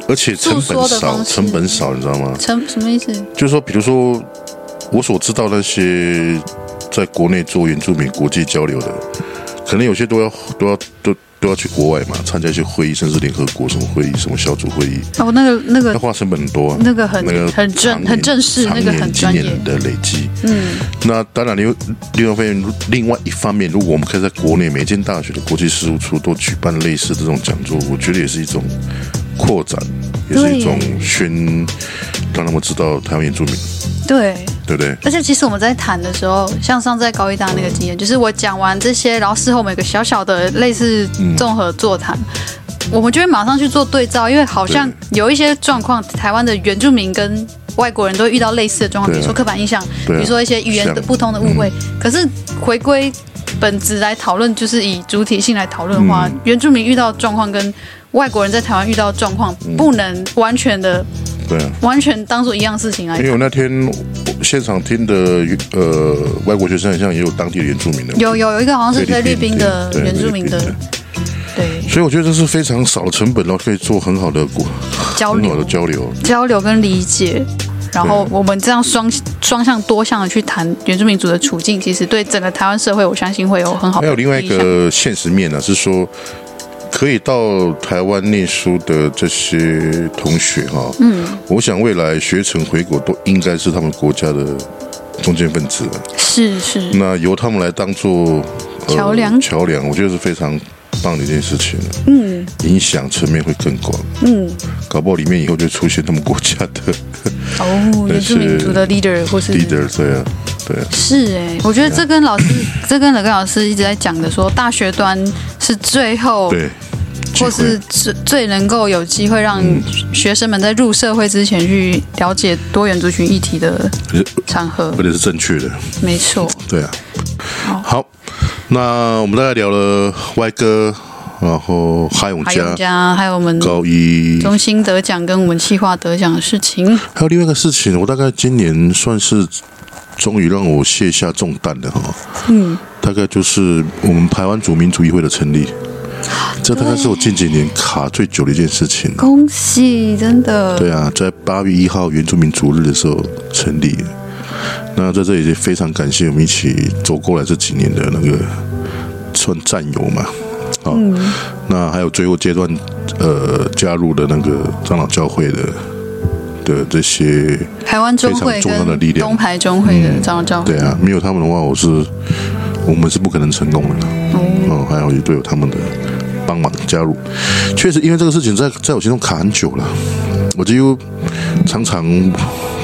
Speaker 2: 而且成
Speaker 1: 诉说
Speaker 2: 本
Speaker 1: 的
Speaker 2: 少，
Speaker 1: 方式
Speaker 2: 成本少，你知道吗？
Speaker 1: 成什么意思？
Speaker 2: 就是说，比如说我所知道那些在国内做原住民国际交流的，可能有些都要都要都都要去国外嘛，参加一些会议，甚至联合国什么会议、什么小组会议，
Speaker 1: 哦，那个那
Speaker 2: 那
Speaker 1: 个
Speaker 2: 花成本很多、啊，
Speaker 1: 那个很
Speaker 2: 那个
Speaker 1: 很正
Speaker 2: 常年
Speaker 1: 很正式
Speaker 2: 常
Speaker 1: 那个很
Speaker 2: 年
Speaker 1: 专
Speaker 2: 经
Speaker 1: 业
Speaker 2: 验的累积。
Speaker 1: 嗯，
Speaker 2: 那当然，另另外一方面，另外一方面，如果我们可以在国内每间大学的国际事务处都举办类似这种讲座，我觉得也是一种扩展，也是一种
Speaker 1: 对
Speaker 2: 宣，让他们知道台湾原住民，
Speaker 1: 对。
Speaker 2: 对不对？
Speaker 1: 而且其实我们在谈的时候，像上次在高一大那个经验，就是我讲完这些，然后事后我们有个小小的类似
Speaker 2: 嗯
Speaker 1: 综合座谈。我们就会马上去做对照，因为好像有一些状况，台湾的原住民跟外国人都会遇到类似的状况，
Speaker 2: 对啊
Speaker 1: 比如说刻板印象，比
Speaker 2: 对啊
Speaker 1: 如说一些语言的
Speaker 2: 像
Speaker 1: 不同的误会。可是回归本质来讨论，就是以主体性来讨论的
Speaker 2: 嗯
Speaker 1: 话，原住民遇到的状况跟外国人在台湾遇到的状况，
Speaker 2: 嗯
Speaker 1: 不能完全的
Speaker 2: 对啊。
Speaker 1: 完全当做一样事情啊来
Speaker 2: 因为我那天现场听的呃外国学生，好像也有当地的原住民的，
Speaker 1: 有有有一个好像是菲
Speaker 2: 菲
Speaker 1: 律
Speaker 2: 律
Speaker 1: 宾
Speaker 2: 宾
Speaker 1: 的
Speaker 2: 对
Speaker 1: 原住民的
Speaker 2: 菲律宾，
Speaker 1: 对
Speaker 2: 所以我觉得这是非常少的成本，然后可以做很好的国
Speaker 1: 交
Speaker 2: 很好的
Speaker 1: 流、
Speaker 2: 交流。
Speaker 1: 交流跟理解，然后我们这样双双向多向的去谈原住民族的处境，其实对整个台湾社会，我相信会有很好的
Speaker 2: 还有另外一
Speaker 1: 影响
Speaker 2: 个现实面呢、是说可以到台湾念书的这些同学哈、嗯，我想未来学成回国都应该是他们国家的中间分子了，啊
Speaker 1: 是是
Speaker 2: 那由他们来当做、呃
Speaker 1: 桥梁
Speaker 2: 桥梁，我觉得是非常棒的一件事情了，
Speaker 1: 嗯
Speaker 2: 影响层面会更广，
Speaker 1: 嗯
Speaker 2: 搞不好里面以后就出现他们国家的
Speaker 1: 哦，原住民族的 leader 或是
Speaker 2: leader 这样，对啊，
Speaker 1: 是哎、我觉得这跟老师这跟冷根老师一直在讲的说，大学端是最后
Speaker 2: 对，
Speaker 1: 或
Speaker 2: 机会嗯
Speaker 1: 是最最能够有机会让学生们在入社会之前去了解多元族群议题的场合
Speaker 2: 而，且是正确的。
Speaker 1: 没错。
Speaker 2: 对啊。好，那我们大概聊了歪哥，然后哈永
Speaker 1: 还有我
Speaker 2: 嘉
Speaker 1: 们、家，还有我们
Speaker 2: 高一，
Speaker 1: 中心得奖跟我们企划得奖的事情，
Speaker 2: 还有另外一个事情，我大概今年算是终于让我卸下重担了哈。
Speaker 1: 嗯，
Speaker 2: 大概就是我们台湾族民族议会的成立，这大概是我近几年卡最久的一件事情。
Speaker 1: 恭喜，真的，
Speaker 2: 对啊，在八月一号原住民族日的时候成立。那在这里也非常感谢我们一起走过来这几年的那个算战友嘛，啊、那还有最后阶段呃加入的那个长老教会的的这些，
Speaker 1: 台湾中会
Speaker 2: 非常重要的力
Speaker 1: 跟
Speaker 2: 量
Speaker 1: 东台中会的张照会
Speaker 2: 对，啊，没有他们的话，我是我们是不可能成功的，哦，还有也都有他们的帮忙加入，确实因为这个事情在在我心中卡很久了，我几乎常常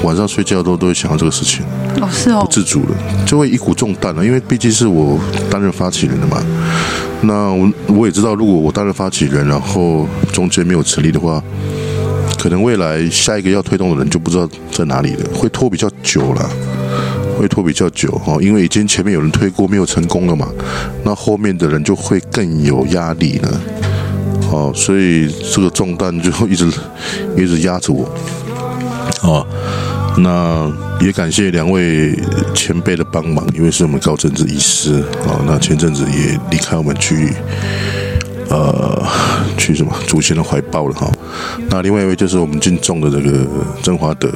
Speaker 2: 晚上睡觉都都会想到这个事情。
Speaker 1: 哦是哦，
Speaker 2: 自主了，就会一股重担了，因为毕竟是我担任发起人的嘛。那我我也知道，如果我担任发起人，然后中间没有成立的话，可能未来下一个要推动的人就不知道在哪里了，会拖比较久了，会拖比较久哈、哦，因为已经前面有人推过没有成功了嘛，那后面的人就会更有压力了。哦，所以这个重担就一直一直压着我。哦，那也感谢两位前辈的帮忙，因为是我们高政治医师啊、哦那前阵子也离开我们去，呃，去什么祖先的怀抱了哈、那另外一位就是我们军中的这个曾华德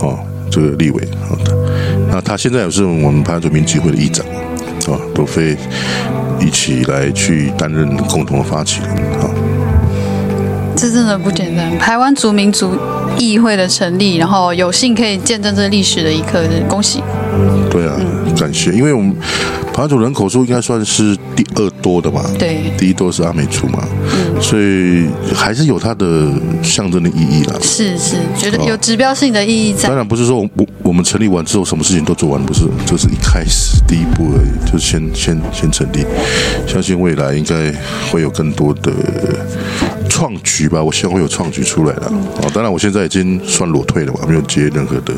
Speaker 2: 哦，这个立委好的、那他现在也是我们排族民集会的议长啊、都会一起来去担任共同的发起人啊。
Speaker 1: 这真的不简单。台湾族民族议会的成立，然后有幸可以见证这历史的一刻，恭喜！
Speaker 2: 对啊，感谢，因为我们爬族人口数应该算是第二多的吧？
Speaker 1: 对
Speaker 2: 第一多是阿美族嘛，
Speaker 1: 嗯
Speaker 2: 所以还是有它的象征的意义啦。
Speaker 1: 是是，觉
Speaker 2: 哦
Speaker 1: 得有指标性的意义在
Speaker 2: 当。然不是说我我我们成立完之后什么事情都做完，不是，这是一开始第一步而已，就先先先成立，相信未来应该会有更多的创举吧，我希望会有创举出来
Speaker 1: 嗯
Speaker 2: 了。哦，当然我现在已经算裸退了嘛，没有接任何的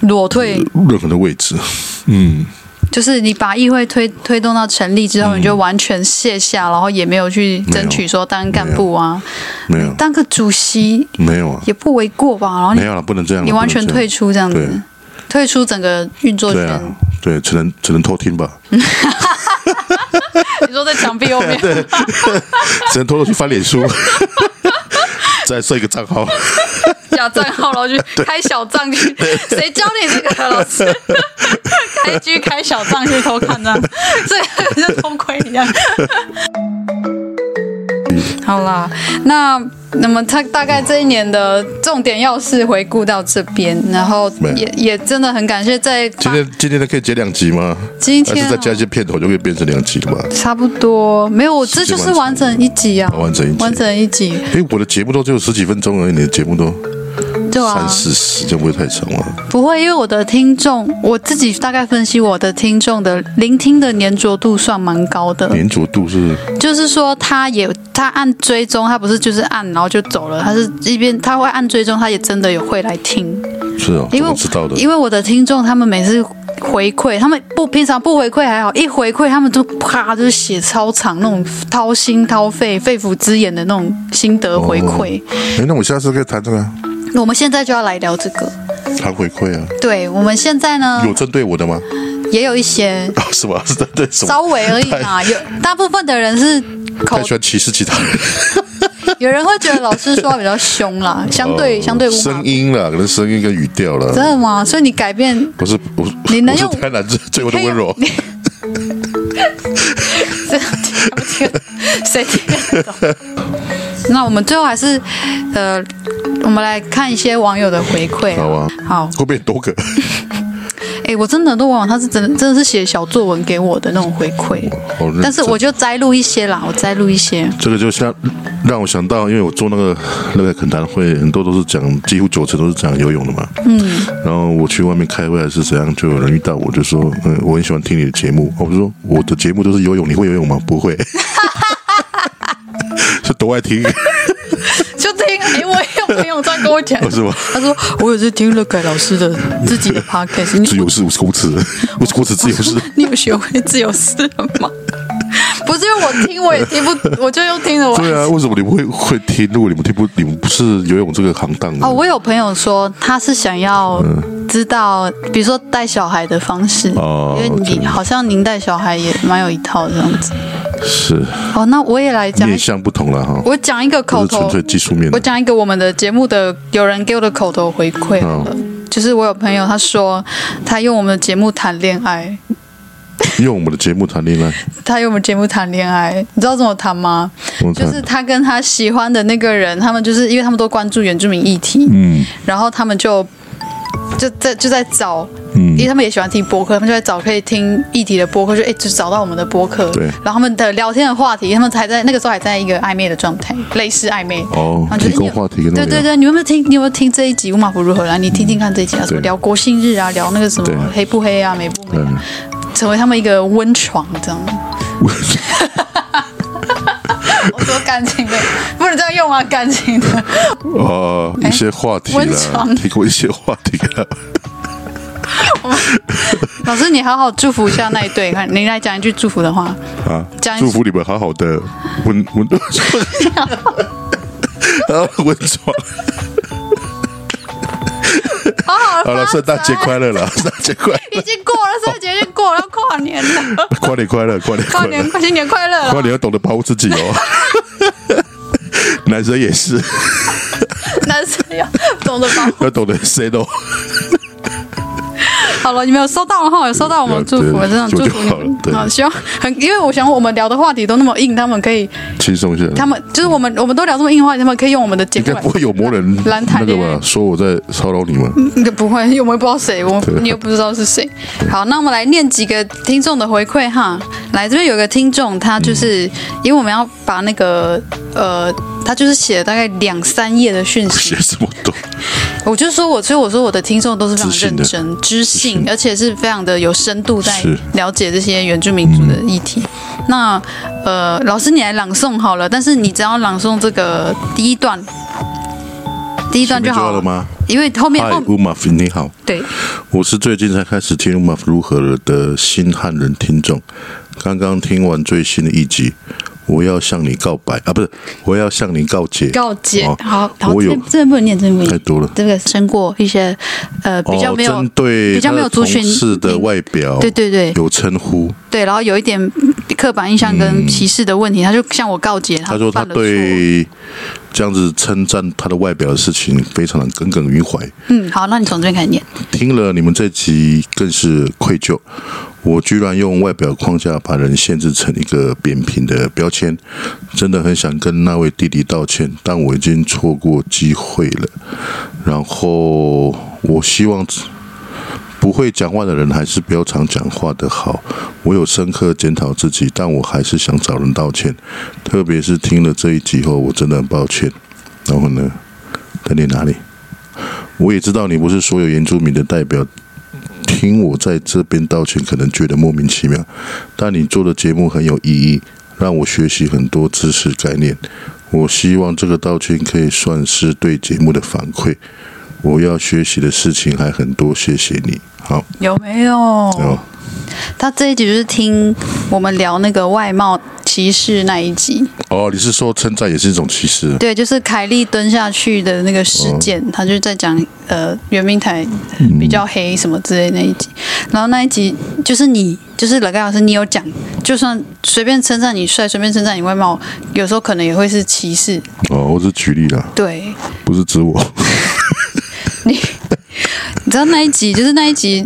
Speaker 1: 裸退
Speaker 2: 任何的位置。
Speaker 1: 就是你把议会推推动到成立之后，
Speaker 2: 嗯
Speaker 1: 你就完全卸下，然后也没有去争取说当干部啊，
Speaker 2: 没有
Speaker 1: 当个主席
Speaker 2: 没有啊，
Speaker 1: 也不为过吧？然后
Speaker 2: 没
Speaker 1: 你
Speaker 2: 有了，不能这样啦，
Speaker 1: 你
Speaker 2: 不能
Speaker 1: 完全
Speaker 2: 这样
Speaker 1: 退出这样
Speaker 2: 对
Speaker 1: 子，退出整个运作
Speaker 2: 对
Speaker 1: 圈
Speaker 2: 啊。，对，只能只能偷听吧，
Speaker 1: 你说在墙壁后面，
Speaker 2: 只能偷偷去翻 脸书，再设一个账号。
Speaker 1: 假账号，然后 去 开小账去，谁教你这个老师？开局开小账去偷看这样，这就偷窥一样。
Speaker 2: 嗯
Speaker 1: 好啦，那那么他大概这一年的重点要事回顾到这边，然后
Speaker 2: 没有
Speaker 1: 也也真的很感谢在
Speaker 2: 今天今天的可以接两集吗？
Speaker 1: 今天
Speaker 2: 还是再
Speaker 1: 哦
Speaker 2: 加一些片头就可以变成两集了吧？
Speaker 1: 差不多没有，我这就是完整一集啊，
Speaker 2: 完整一集
Speaker 1: 完整一集，
Speaker 2: 因为我的节目都只有十几分钟而已，你的节目都
Speaker 1: 对啊，
Speaker 2: 三四十，这样不会太长吗？
Speaker 1: 不会，因为我的听众，我自己大概分析我的听众的聆听的粘着度算蛮高的，
Speaker 2: 粘着度是
Speaker 1: 就是说他也他按追踪，他不是就是按然后就走了，他是一边他会按追踪，他也真的有会来听，
Speaker 2: 是哦，
Speaker 1: 因为
Speaker 2: 我知道的，
Speaker 1: 因为我的听众他们每次回馈，他们不平常不回馈还好，一回馈他们就啪就是写超长那种掏心掏肺、肺腑之言的那种心得回馈。
Speaker 2: 哎，哦那我下次可以谈这个啊
Speaker 1: 我们现在就要来聊这个，
Speaker 2: 谈回馈啊，
Speaker 1: 对，我们现在呢
Speaker 2: 有针对我的吗？
Speaker 1: 也有一些。
Speaker 2: 啊，是吧？是针对什
Speaker 1: 稍
Speaker 2: 么？
Speaker 1: 微而已 啦，有大部分的人是口
Speaker 2: 太，喜欢歧视其他人，
Speaker 1: 有人会觉得老师说话比较凶 啦，相对相对无
Speaker 2: 哦声
Speaker 1: 马，
Speaker 2: 音啦，可能声音跟语调
Speaker 1: 真
Speaker 2: 啦。
Speaker 1: 的吗？所以你改变
Speaker 2: 不是我，
Speaker 1: 你能
Speaker 2: 我是
Speaker 1: 用
Speaker 2: 台南最最后的
Speaker 1: 可以
Speaker 2: 温柔，
Speaker 1: 你 这样听不听得？谁听得懂？那我们最后还是，呃，我们来看一些网友的回馈。
Speaker 2: 好啊，
Speaker 1: 好，
Speaker 2: 会不会多个？
Speaker 1: 哎、我真的很多网友他是真的真的是写小作文给我的那种回馈，
Speaker 2: 好哦认真
Speaker 1: 但是我就摘录一些啦，我摘录一些。
Speaker 2: 这个就像让我想到，因为我做那个那个恳谈会，很多都是讲，几乎九成都是讲游泳的嘛。嗯。然后我去外面开会还是怎样，就有人遇到我，就说：“嗯，我很喜欢听你的节目。”我说：“我的节目都是游泳，你会游泳吗？”不会。 是多爱听，
Speaker 1: 就听，哎、我也有朋友这样跟我讲
Speaker 2: 哦，是吗？
Speaker 1: 他说我有是听了改老师的自己 的 podcast，
Speaker 2: 自
Speaker 1: 你
Speaker 2: 由式五十公尺，五十公尺自 由式。
Speaker 1: 你有学会自由式了 吗？不是因为我听我也听不，我就又听着我。
Speaker 2: 对啊，为什么你们会会听？如果你们听不，你们不是游泳这个行当的
Speaker 1: 哦，我有朋友说他是想要知道，比如说带小孩的方式，
Speaker 2: 哦
Speaker 1: 因为你
Speaker 2: OK
Speaker 1: 好像您带小孩也蛮有一套这样子。
Speaker 2: 是
Speaker 1: 哦，那我也来讲
Speaker 2: 面，向不同了哈，
Speaker 1: 我讲一个
Speaker 2: 不
Speaker 1: 口
Speaker 2: 是纯
Speaker 1: 头，
Speaker 2: 粹技术面
Speaker 1: 我
Speaker 2: 的。
Speaker 1: 讲一个我们的节目的有人给我的口头回馈好了，就是我有朋友他说他用我们的节目谈恋爱，
Speaker 2: 用我们的节目谈恋爱，
Speaker 1: 他用我们节目谈恋爱，你知道怎么谈吗？
Speaker 2: 我
Speaker 1: 就
Speaker 2: 看
Speaker 1: 是他跟他喜欢的那个人，他们就是因为他们都关注原住民议题，
Speaker 2: 嗯
Speaker 1: 然后他们就就在就在找，
Speaker 2: 嗯
Speaker 1: 因为他们也喜欢听播客，他们就在找可以听议题的播客，就哎就找到我们的播客，
Speaker 2: 对
Speaker 1: 然后他们的聊天的话题，他们还在那个时候还在一个暧昧的状态，类似暧昧。
Speaker 2: 哦
Speaker 1: 然后，就
Speaker 2: 提
Speaker 1: 是
Speaker 2: 供话题跟他
Speaker 1: 对
Speaker 2: 们聊
Speaker 1: 对对，你有没有听？你有没有听这一集《五马不如何》来？你听听看这一集啊，什么
Speaker 2: 对
Speaker 1: 聊国庆日啊，聊那个什
Speaker 2: 对
Speaker 1: 么黑不黑啊，美不美
Speaker 2: 嗯
Speaker 1: 啊，成为他们一个温床，这样。我说感情的，不能这样用啊，感情的。
Speaker 2: 呃，一些话题
Speaker 1: 温
Speaker 2: 啦，
Speaker 1: 床
Speaker 2: 提供一些话题啦。
Speaker 1: 老师，你好好祝福一下那一对，看你来讲一句祝福的 话。
Speaker 2: 啊
Speaker 1: 讲，一
Speaker 2: 祝福你们好好的温温啊温床。
Speaker 1: 好哦好
Speaker 2: 好了，圣诞节快乐了，圣诞节快
Speaker 1: 已经过了，圣诞节已经过了，要跨年了，
Speaker 2: 乐，跨年快乐，跨年
Speaker 1: 跨
Speaker 2: 快
Speaker 1: 年
Speaker 2: 乐，
Speaker 1: 快新年快乐
Speaker 2: 跨
Speaker 1: 了，
Speaker 2: 年要懂得保护自己哦。男生也是
Speaker 1: 男生要懂得保护。
Speaker 2: 要懂得 say no，
Speaker 1: 好了，你们有收到的话，有收到我们祝福，
Speaker 2: 对
Speaker 1: 真的祝
Speaker 2: 就
Speaker 1: 福你
Speaker 2: 好了对
Speaker 1: 们。好，希望很，因为我想我们聊的话题都那么硬，他们可以，
Speaker 2: 轻松一下。
Speaker 1: 他们就是我们，我们都聊这么硬的话题，他们可以用我们的结
Speaker 2: 应该
Speaker 1: 论。
Speaker 2: 不会有魔人
Speaker 1: 蓝
Speaker 2: 那
Speaker 1: 台
Speaker 2: 个
Speaker 1: 恋爱
Speaker 2: 吧？说我在骚扰你们，
Speaker 1: 应该不会，因为我们也不知道谁，我们你又不知道是谁。好，那我们来念几个听众的回馈哈。来，这边有个听众，他就是、因为我们要把那个呃，他就是写了大概两三页的讯息
Speaker 2: 写，什么都
Speaker 1: 我就说我，所以我说我的听众都是非常认
Speaker 2: 知
Speaker 1: 真、知性，而且是非常的有深度，在
Speaker 2: 是嗯
Speaker 1: 了解这些原住民族的议题。那呃，老师你来朗诵好了，但是你只要朗诵这个第一段，第一段就
Speaker 2: 准备
Speaker 1: 好
Speaker 2: 了吗？
Speaker 1: 因为后面
Speaker 2: 嗨
Speaker 1: 后
Speaker 2: 乌马夫，你好，
Speaker 1: 对。
Speaker 2: 我是最近才开始听《马如何了》的新汉人听众，刚刚听完最新的一集，我要向你告白啊，不是，我要向你告解，
Speaker 1: 告诫。
Speaker 2: 哦
Speaker 1: 好，好，
Speaker 2: 我
Speaker 1: 这
Speaker 2: 有
Speaker 1: 个这个不能念，这个不能
Speaker 2: 太
Speaker 1: 念。
Speaker 2: 多了。
Speaker 1: 这个生过一些呃比较没有、
Speaker 2: 哦、针对
Speaker 1: 比较没有族群嗯
Speaker 2: 是的外表，
Speaker 1: 对对对
Speaker 2: 有称呼。
Speaker 1: 对，然后有一点刻板印象跟歧视的问题，他就向我告诫，
Speaker 2: 嗯他说他
Speaker 1: 犯了错。
Speaker 2: 对这样子称赞他的外表的事情非常的耿耿于怀，
Speaker 1: 嗯，好，那你从这边开始念。
Speaker 2: 听了你们这集更是愧疚，我居然用外表框架把人限制成一个扁平的标签，真的很想跟那位弟弟道歉，但我已经错过机会了。然后我希望不会讲话的人还是不要常讲话的好。我有深刻检讨自己，但我还是想找人道歉，特别是听了这一集后，我真的很抱歉。然后呢，在念哪里？我也知道你不是所有原住民的代表，听我在这边道歉可能觉得莫名其妙，但你做的节目很有意义，让我学习很多知识概念。我希望这个道歉可以算是对节目的反馈。我要学习的事情还很多，谢谢你。好，
Speaker 1: 有没有？
Speaker 2: 哦，
Speaker 1: 他这一集就是听我们聊那个外貌歧视那一集，
Speaker 2: 哦，你是说称赞也是一种歧视？啊
Speaker 1: 对，就是凯莉蹲下去的那个事件，他就在讲呃圆明台比较黑什么之类那一集，然后那一集就是你就是冷盖老师，你有讲，就算随便称赞你帅，随便称赞你外貌，有时候可能也会是歧视。
Speaker 2: 哦，我只举例啦，
Speaker 1: 对
Speaker 2: 不是指我。
Speaker 1: 你，你知道那一集就是那一集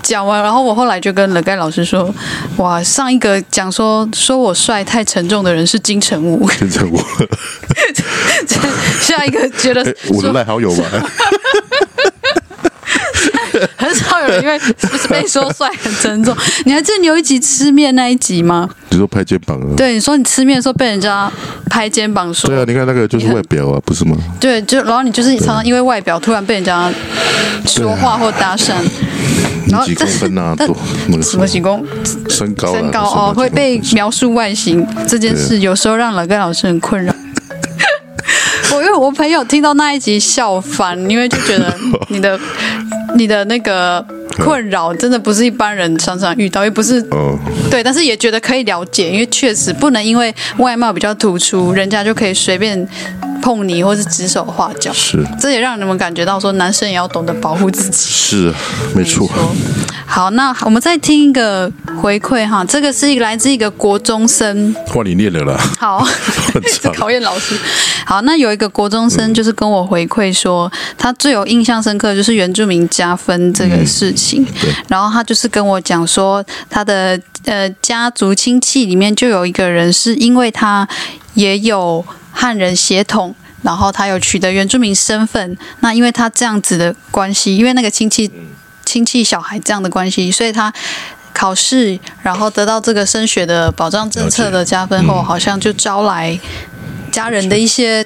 Speaker 1: 讲完，然后我后来就跟冷盖老师说，哇，上一个讲说说我帅太沉重的人是金城武，
Speaker 2: 变成我，
Speaker 1: 下一个觉得
Speaker 2: 哎我的赖好 友吧？
Speaker 1: 很少有人因为 被说帅很沉重。你还记得你有一集吃面那一集吗？
Speaker 2: 你说拍肩膀啊？
Speaker 1: 对，你说你吃面的时候被人家拍肩膀说，
Speaker 2: 对啊，你看那个就是外表啊，不是吗？
Speaker 1: 对，就然后你就是常常因为外表突然被人家说话或搭讪，然后
Speaker 2: 你几公 分啊？
Speaker 1: 但
Speaker 2: 多那个
Speaker 1: 什么几公
Speaker 2: 身高啊？
Speaker 1: 身高哦，
Speaker 2: 什么
Speaker 1: 会被
Speaker 2: 几公分
Speaker 1: 描述外形这件事，有时候让老盖老师很困 扰。我因为我朋友听到那一集笑翻，因为就觉得你的你的那个困扰真的不是一般人常常遇到，也不是
Speaker 2: 哦，
Speaker 1: 对，但是也觉得可以了解，因为确实不能因为外貌比较突出，人家就可以随便碰你或是指手画脚。
Speaker 2: 是
Speaker 1: 这也让你们感觉到说，男生也要懂得保护自己。
Speaker 2: 是啊，没错，
Speaker 1: 好，那我们再听一个回馈哈，这个是一个来自一个国中生，
Speaker 2: 换你念了啦。
Speaker 1: 好， 这考验老师。嗯好，那有一个国中生就是跟我回馈说，他最有印象深刻的就是原住民加分这个事情。
Speaker 2: 对
Speaker 1: 然后他就是跟我讲说，他的呃家族亲戚里面就有一个人是因为他也有汉人血统。然后他有取得原住民身份，那因为他这样子的关系，因为那个亲戚亲戚小孩这样的关系，所以他考试，然后得到这个升学的保障政策的加分后，好像就招来家人的一些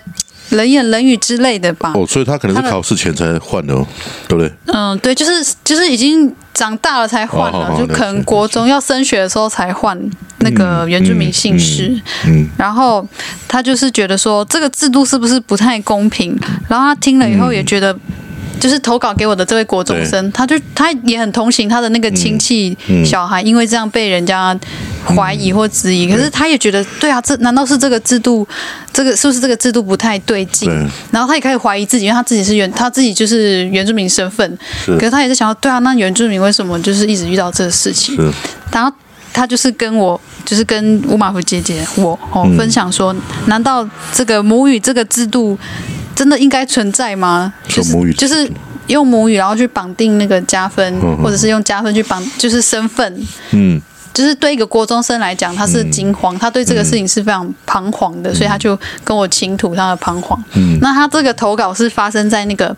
Speaker 1: 冷言冷语之类的吧。
Speaker 2: 哦，所以他可能
Speaker 1: 他
Speaker 2: 是
Speaker 1: 的
Speaker 2: 考试前才换的，哦，对不对？
Speaker 1: 嗯，对，就是就是已经长大了才换
Speaker 2: 哦
Speaker 1: 了，
Speaker 2: 好好
Speaker 1: 就可能国中要升学的时候才换那个原住民姓氏。
Speaker 2: 嗯，
Speaker 1: 然后他就是觉得说这个制度是不是不太公平？然后他听了以后也觉
Speaker 2: 嗯
Speaker 1: 得，就是投稿给我的这位国中生，他就他也很同情他的那个亲戚小孩，因为这样被人家怀疑或质
Speaker 2: 嗯
Speaker 1: 疑，可是他也觉得，对啊，这难道是这个制度，这个是不是这个制度不太对劲？
Speaker 2: 对
Speaker 1: 然后他也开始怀疑自己，因为他自己是原，他自己就是原住民身份，
Speaker 2: 是
Speaker 1: 可是他也是想要，对啊，那原住民为什么就是一直遇到这个事情？
Speaker 2: 是
Speaker 1: 然后他就是跟我，就是跟乌马夫姐姐我哦、
Speaker 2: 嗯
Speaker 1: 分享说，难道这个母语这个制度真的应该存在吗？
Speaker 2: 说
Speaker 1: 就是
Speaker 2: 母语
Speaker 1: 就是用母语，然后去绑定那个加分，
Speaker 2: 嗯
Speaker 1: 或者是用加分去绑，就是身份。
Speaker 2: 嗯，
Speaker 1: 就是对一个国中生来讲，他是惊慌，他对这个事情是非常彷徨的，所
Speaker 2: 嗯
Speaker 1: 以他就跟我倾吐他的彷徨。那他这个投稿是发生在那个，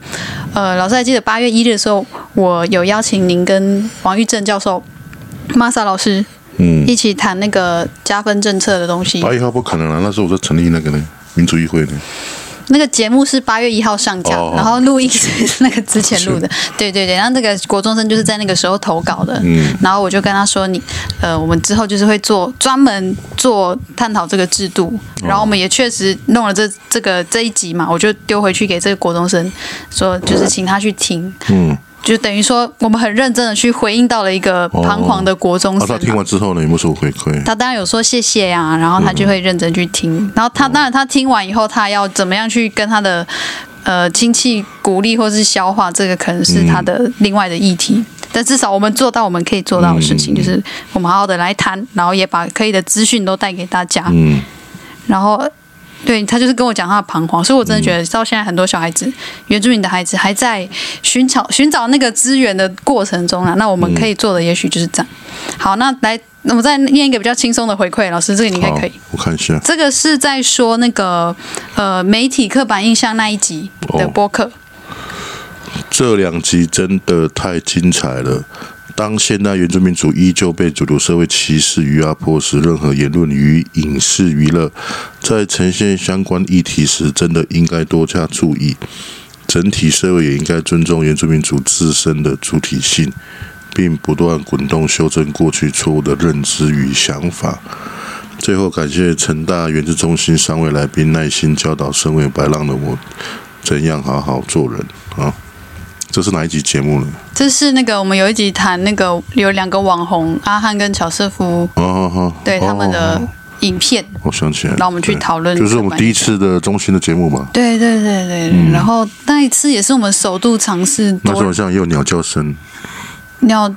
Speaker 1: 呃，老师还记得八月一日的时候，我有邀请您跟王玉正教授、玛莎老师，
Speaker 2: 嗯
Speaker 1: 一起谈那个加分政策的东西。
Speaker 2: 八一号不可能啊，那时候我在成立那个呢民族议会呢，
Speaker 1: 那个节目是八月一号上架，
Speaker 2: 哦
Speaker 1: 然后录音是那个之前录的，对对对。然后那个国中生就是在那个时候投稿的，
Speaker 2: 嗯
Speaker 1: 然后我就跟他说你，呃，我们之后就是会做专门做探讨这个制度，
Speaker 2: 哦
Speaker 1: 然后我们也确实弄了这这个这一集嘛，我就丢回去给这个国中生说，就是请他去听，
Speaker 2: 嗯，
Speaker 1: 就等于说我们很认真的去回应到了一个彷徨的国中
Speaker 2: 啊，
Speaker 1: 生啊、
Speaker 2: 他哦听完之后呢，有没有说回馈？
Speaker 1: 他当然有说谢谢呀、然后他就会认真去
Speaker 2: 嗯
Speaker 1: 听。然后他当然他听完以后，他要怎么样去跟他的呃亲戚鼓励或是消化，这个可能是他的另外的议题。但至少我们做到我们可以做到的事情，
Speaker 2: 嗯
Speaker 1: 就是我们好好的来谈，然后也把可以的资讯都带给大家。
Speaker 2: 嗯，
Speaker 1: 然后对他就是跟我讲他的彷徨，所以我真的觉得到现在很多小孩子，原住民的孩子还在寻找寻找那个资源的过程中啊。那我们可以做的也许就是这样。好，那来，那我再念一个比较轻松的回馈，老师这个你应该
Speaker 2: 好
Speaker 1: 可以。，
Speaker 2: 我看一下，
Speaker 1: 这个是在说那个呃媒体刻板印象那一集的播客，
Speaker 2: 这两集真的太精彩了。当现代原住民族依旧被主流社会歧视与压迫时，任何言论与影视娱乐在呈现相关议题时，真的应该多加注意。整体社会也应该尊重原住民族自身的主体性，并不断滚动修正过去错误的认知与想法。最后，感谢成大原子中心三位来宾耐心教导身为白浪的我，怎样好好做人啊！这是哪一集节目呢？
Speaker 1: 这是那个我们有一集谈那个有两个网红阿汉跟乔瑟夫
Speaker 2: 哦哦哦，
Speaker 1: 对他们的嗯
Speaker 2: 哦
Speaker 1: 影片。
Speaker 2: 哦我想起来了，
Speaker 1: 让我们去
Speaker 2: 对
Speaker 1: 讨论
Speaker 2: 就是我们
Speaker 1: 这个
Speaker 2: 第一次的中心的节目嘛。
Speaker 1: 对对对对，然后那一次也是我们首度尝试
Speaker 2: 那时候
Speaker 1: 多
Speaker 2: 好像也有鸟叫声，
Speaker 1: 尿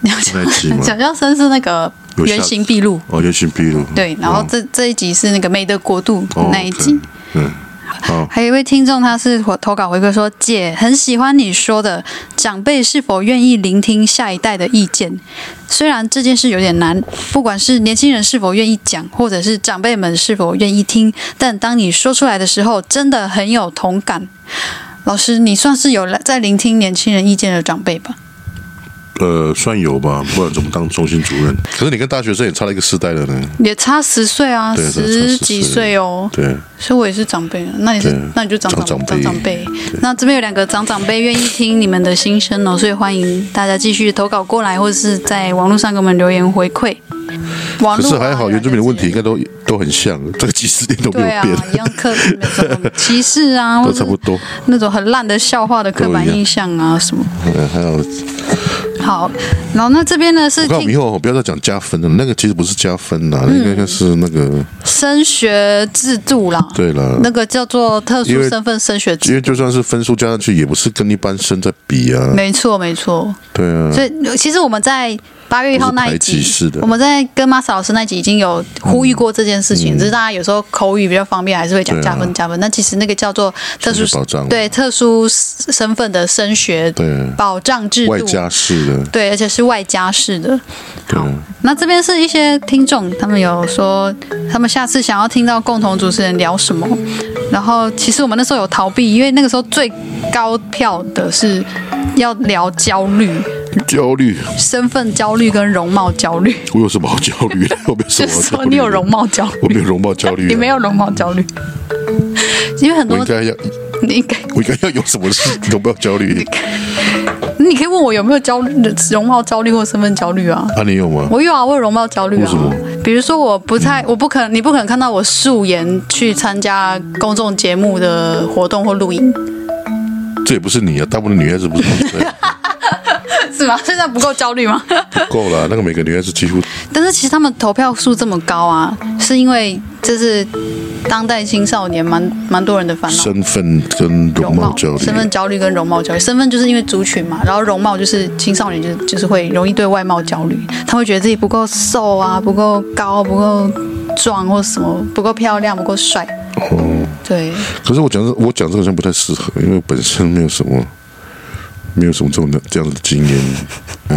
Speaker 1: 尿
Speaker 2: 那一集吗
Speaker 1: 蒋教生是那个
Speaker 2: 有下
Speaker 1: 原形毕露，
Speaker 2: 哦，原形毕露。
Speaker 1: 对，然后这这一集是那个美的国度
Speaker 2: 哦
Speaker 1: 那一集。，
Speaker 2: 对，嗯好，
Speaker 1: 还有一位听众，他是投投稿回馈说：“姐很喜欢你说的，长辈是否愿意聆听下一代的意见？虽然这件事有点难，不管是年轻人是否愿意讲，或者是长辈们是否愿意听，但当你说出来的时候，真的很有同感。”老师，你算是有在聆听年轻人意见的长辈吧？
Speaker 2: 呃，算有吧，不然怎么当中心主任？可是你跟大学生也差了一个世代了呢。
Speaker 1: 也差十岁啊，
Speaker 2: 对差
Speaker 1: 十
Speaker 2: 10
Speaker 1: 几岁
Speaker 2: 岁
Speaker 1: 哦，
Speaker 2: 对，
Speaker 1: 所以我也是长辈啊。那你是
Speaker 2: 对，
Speaker 1: 那你就长长长
Speaker 2: 长长辈
Speaker 1: 长辈。那这边有两个长长辈愿意听你们的心声哦，所以欢迎大家继续投稿过来，或者是在网络上给我们留言回馈。网
Speaker 2: 可
Speaker 1: 络
Speaker 2: 是
Speaker 1: 啊
Speaker 2: 还好，原住民的问题应
Speaker 1: 了解
Speaker 2: 该都都很像，这个几十年都没有
Speaker 1: 对啊
Speaker 2: 变，，
Speaker 1: 一样刻什么歧视啊，或
Speaker 2: 都
Speaker 1: 者
Speaker 2: 差不多。
Speaker 1: 那种很烂的笑话的刻板
Speaker 2: 都一样
Speaker 1: 印象啊什么。
Speaker 2: 嗯，还有，我
Speaker 1: 好，然后那这边呢是
Speaker 2: 看我们
Speaker 1: 听
Speaker 2: 以后不要再讲加分了，那个其实不是加分啦，那应该是那个
Speaker 1: 升学制度啦，
Speaker 2: 对了。
Speaker 1: 那个叫做特殊
Speaker 2: 因为
Speaker 1: 身份升学制
Speaker 2: 因为就算是分数加上去，也不是跟一般生在比啊。
Speaker 1: 没错，没错。
Speaker 2: 对啊，
Speaker 1: 所以呃其实我们在八月一号那一
Speaker 2: 不
Speaker 1: 集
Speaker 2: 是排挤式，的
Speaker 1: 我们在跟 m a s a 老师那集已经有呼吁过这件事情，只是大家有时候口语比较方便，还是会讲
Speaker 2: 嗯对啊
Speaker 1: 加分加分。那其实那个叫做特殊
Speaker 2: 升学保障
Speaker 1: 对特殊身份的升学
Speaker 2: 对
Speaker 1: 保障制
Speaker 2: 外
Speaker 1: 度。
Speaker 2: 加式的，
Speaker 1: 对，而且是外加式的。
Speaker 2: 对啊，
Speaker 1: 那这边是一些听众，他们有说他们下次想要听到共同主持人聊什么。然后其实我们那时候有逃避，因为那个时候最高票的是要聊焦虑。
Speaker 2: 焦虑，
Speaker 1: 身份焦虑跟容貌焦虑，
Speaker 2: 我有什么好焦虑的？ 我没有什
Speaker 1: 就
Speaker 2: 么好
Speaker 1: 是
Speaker 2: 焦
Speaker 1: 说
Speaker 2: 虑的。
Speaker 1: 你有容貌焦
Speaker 2: 我
Speaker 1: 虑，
Speaker 2: 没有容貌焦虑、啊，
Speaker 1: 你没有，容貌焦虑，因为很
Speaker 2: 我
Speaker 1: 多
Speaker 2: 应该要，
Speaker 1: 你应该，
Speaker 2: 我应该要有什么事容貌焦虑？
Speaker 1: 你可以问我有没有焦虑容貌焦虑或身份焦虑啊。
Speaker 2: 啊，你有吗？
Speaker 1: 我有啊，我有容貌焦虑
Speaker 2: 为
Speaker 1: 啊
Speaker 2: 什么。
Speaker 1: 比如说，我不太，我不可能，你不可能看到我素颜去参加公众节目的活动或录影，
Speaker 2: 这也不是你啊，大部分的女孩子不是对
Speaker 1: 是吗？现在不够焦虑吗？
Speaker 2: 够了，啊那个每个女孩子几乎
Speaker 1: 但是其实他们投票数这么高啊，是因为这是当代青少年蛮蛮多人的烦恼。
Speaker 2: 身份跟容貌焦虑
Speaker 1: 身，份焦虑跟容貌焦虑，身份就是因为族群嘛，然后容貌就是青少年就是就是会容易对外貌焦虑，他会觉得自己不够瘦啊，不够高，不够壮或什么，不够漂亮，不够帅。
Speaker 2: 哦，
Speaker 1: 对，
Speaker 2: 可是我讲这我讲这个好像不太适合，因为我本身没有什么没有什么这种的这样的经验。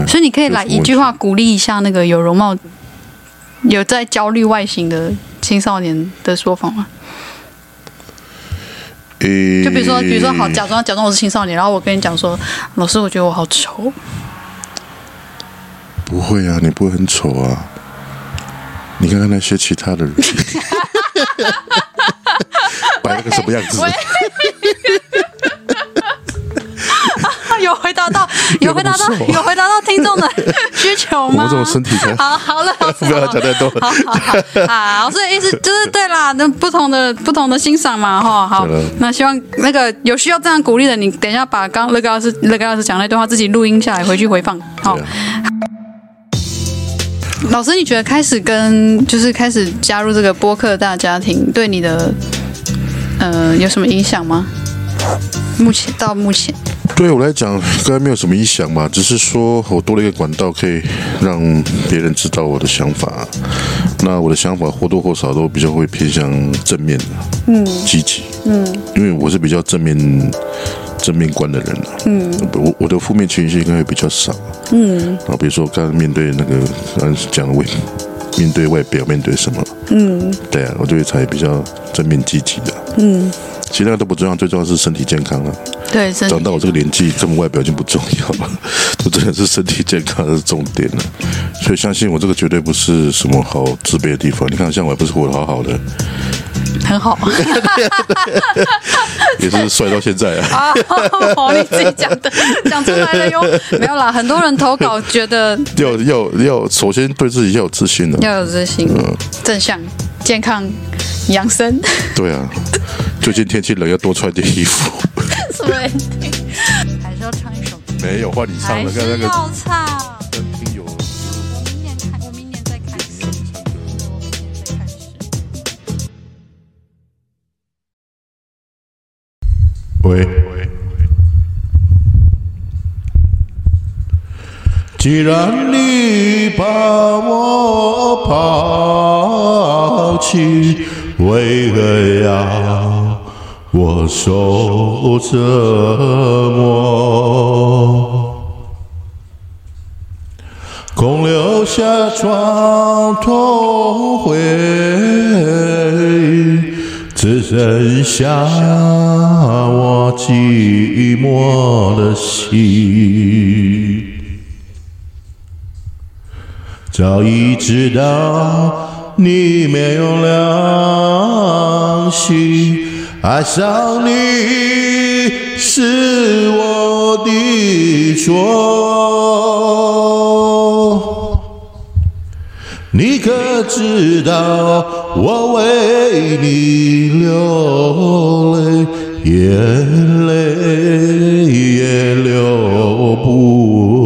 Speaker 1: 所以你可以来一句话鼓励一下那个有容貌、有在焦虑外形的青少年的说法吗？
Speaker 2: 诶，
Speaker 1: 就比如说，比如说好，假装假装我是青少年，然后我跟你讲说，老师，我觉得我好丑，
Speaker 2: 不会啊，你不会很丑啊？你看看那些其他的人，摆了个什么样子？
Speaker 1: 喂 有回答到，有回答 到，
Speaker 2: 有那么瘦
Speaker 1: 有回答到听众的需求吗？
Speaker 2: 我这种身体才
Speaker 1: 好好 了，老师
Speaker 2: 不要讲太多
Speaker 1: 好好好好好，所以意 思就是对啦，那不同的不同的欣赏嘛，哈，好
Speaker 2: 对了，
Speaker 1: 那希望那个有需要这样鼓励的，你等一下把刚那个老师那个老师讲那段话自己录音下来，回去回放，好
Speaker 2: 对。啊
Speaker 1: 老师，你觉得开始跟就是开始加入这个播客大家庭，对你的呃有什么影响吗？目前到目前，
Speaker 2: 对我来讲，应该没有什么影响吧，只是说我多了一个管道，可以让别人知道我的想法。那我的想法或多或少都比较会偏向正面的，嗯，积极，嗯，因为我是比较正面正面观的人啊嗯，我我的负面情绪应该会比较少，嗯，啊，比如说刚刚面对那个刚刚讲的问面对外表，面对什么？嗯，对啊，我对才比较正面积极的。嗯，其他的都不重要，最重要是身体健康啊了、
Speaker 1: 对，真的
Speaker 2: 长到我这个年纪，根本外表已经不重要 了，这真的是身体健康是重点了。所以相信我，这个绝对不是什么好自卑的地方。你看，像我还不是活得好好 的，
Speaker 1: 很好。
Speaker 2: 也是帅到现在啊。
Speaker 1: 啊，你自己讲的，讲出来了哟。没有啦，很多人投稿觉得
Speaker 2: 要要要，首先对自己要有自信啊 的、
Speaker 1: 要有自信、正向、健康、养生，
Speaker 2: 对啊，最近天气冷，要多穿点衣服。
Speaker 1: 是不是？还是要唱一首歌，
Speaker 2: 没有换你唱
Speaker 1: 还
Speaker 2: 了，看
Speaker 1: 是
Speaker 2: 那个
Speaker 1: 要唱。
Speaker 2: 听友
Speaker 1: 我明年看，我明年再 开始，我明年再开始。
Speaker 2: 喂。既然你把我抛弃，为何要我受折磨？空留下床头灰，只剩下我寂寞的心。早已知道你没有良心，爱上你是我的错。你可知道我为你流泪，眼泪也流不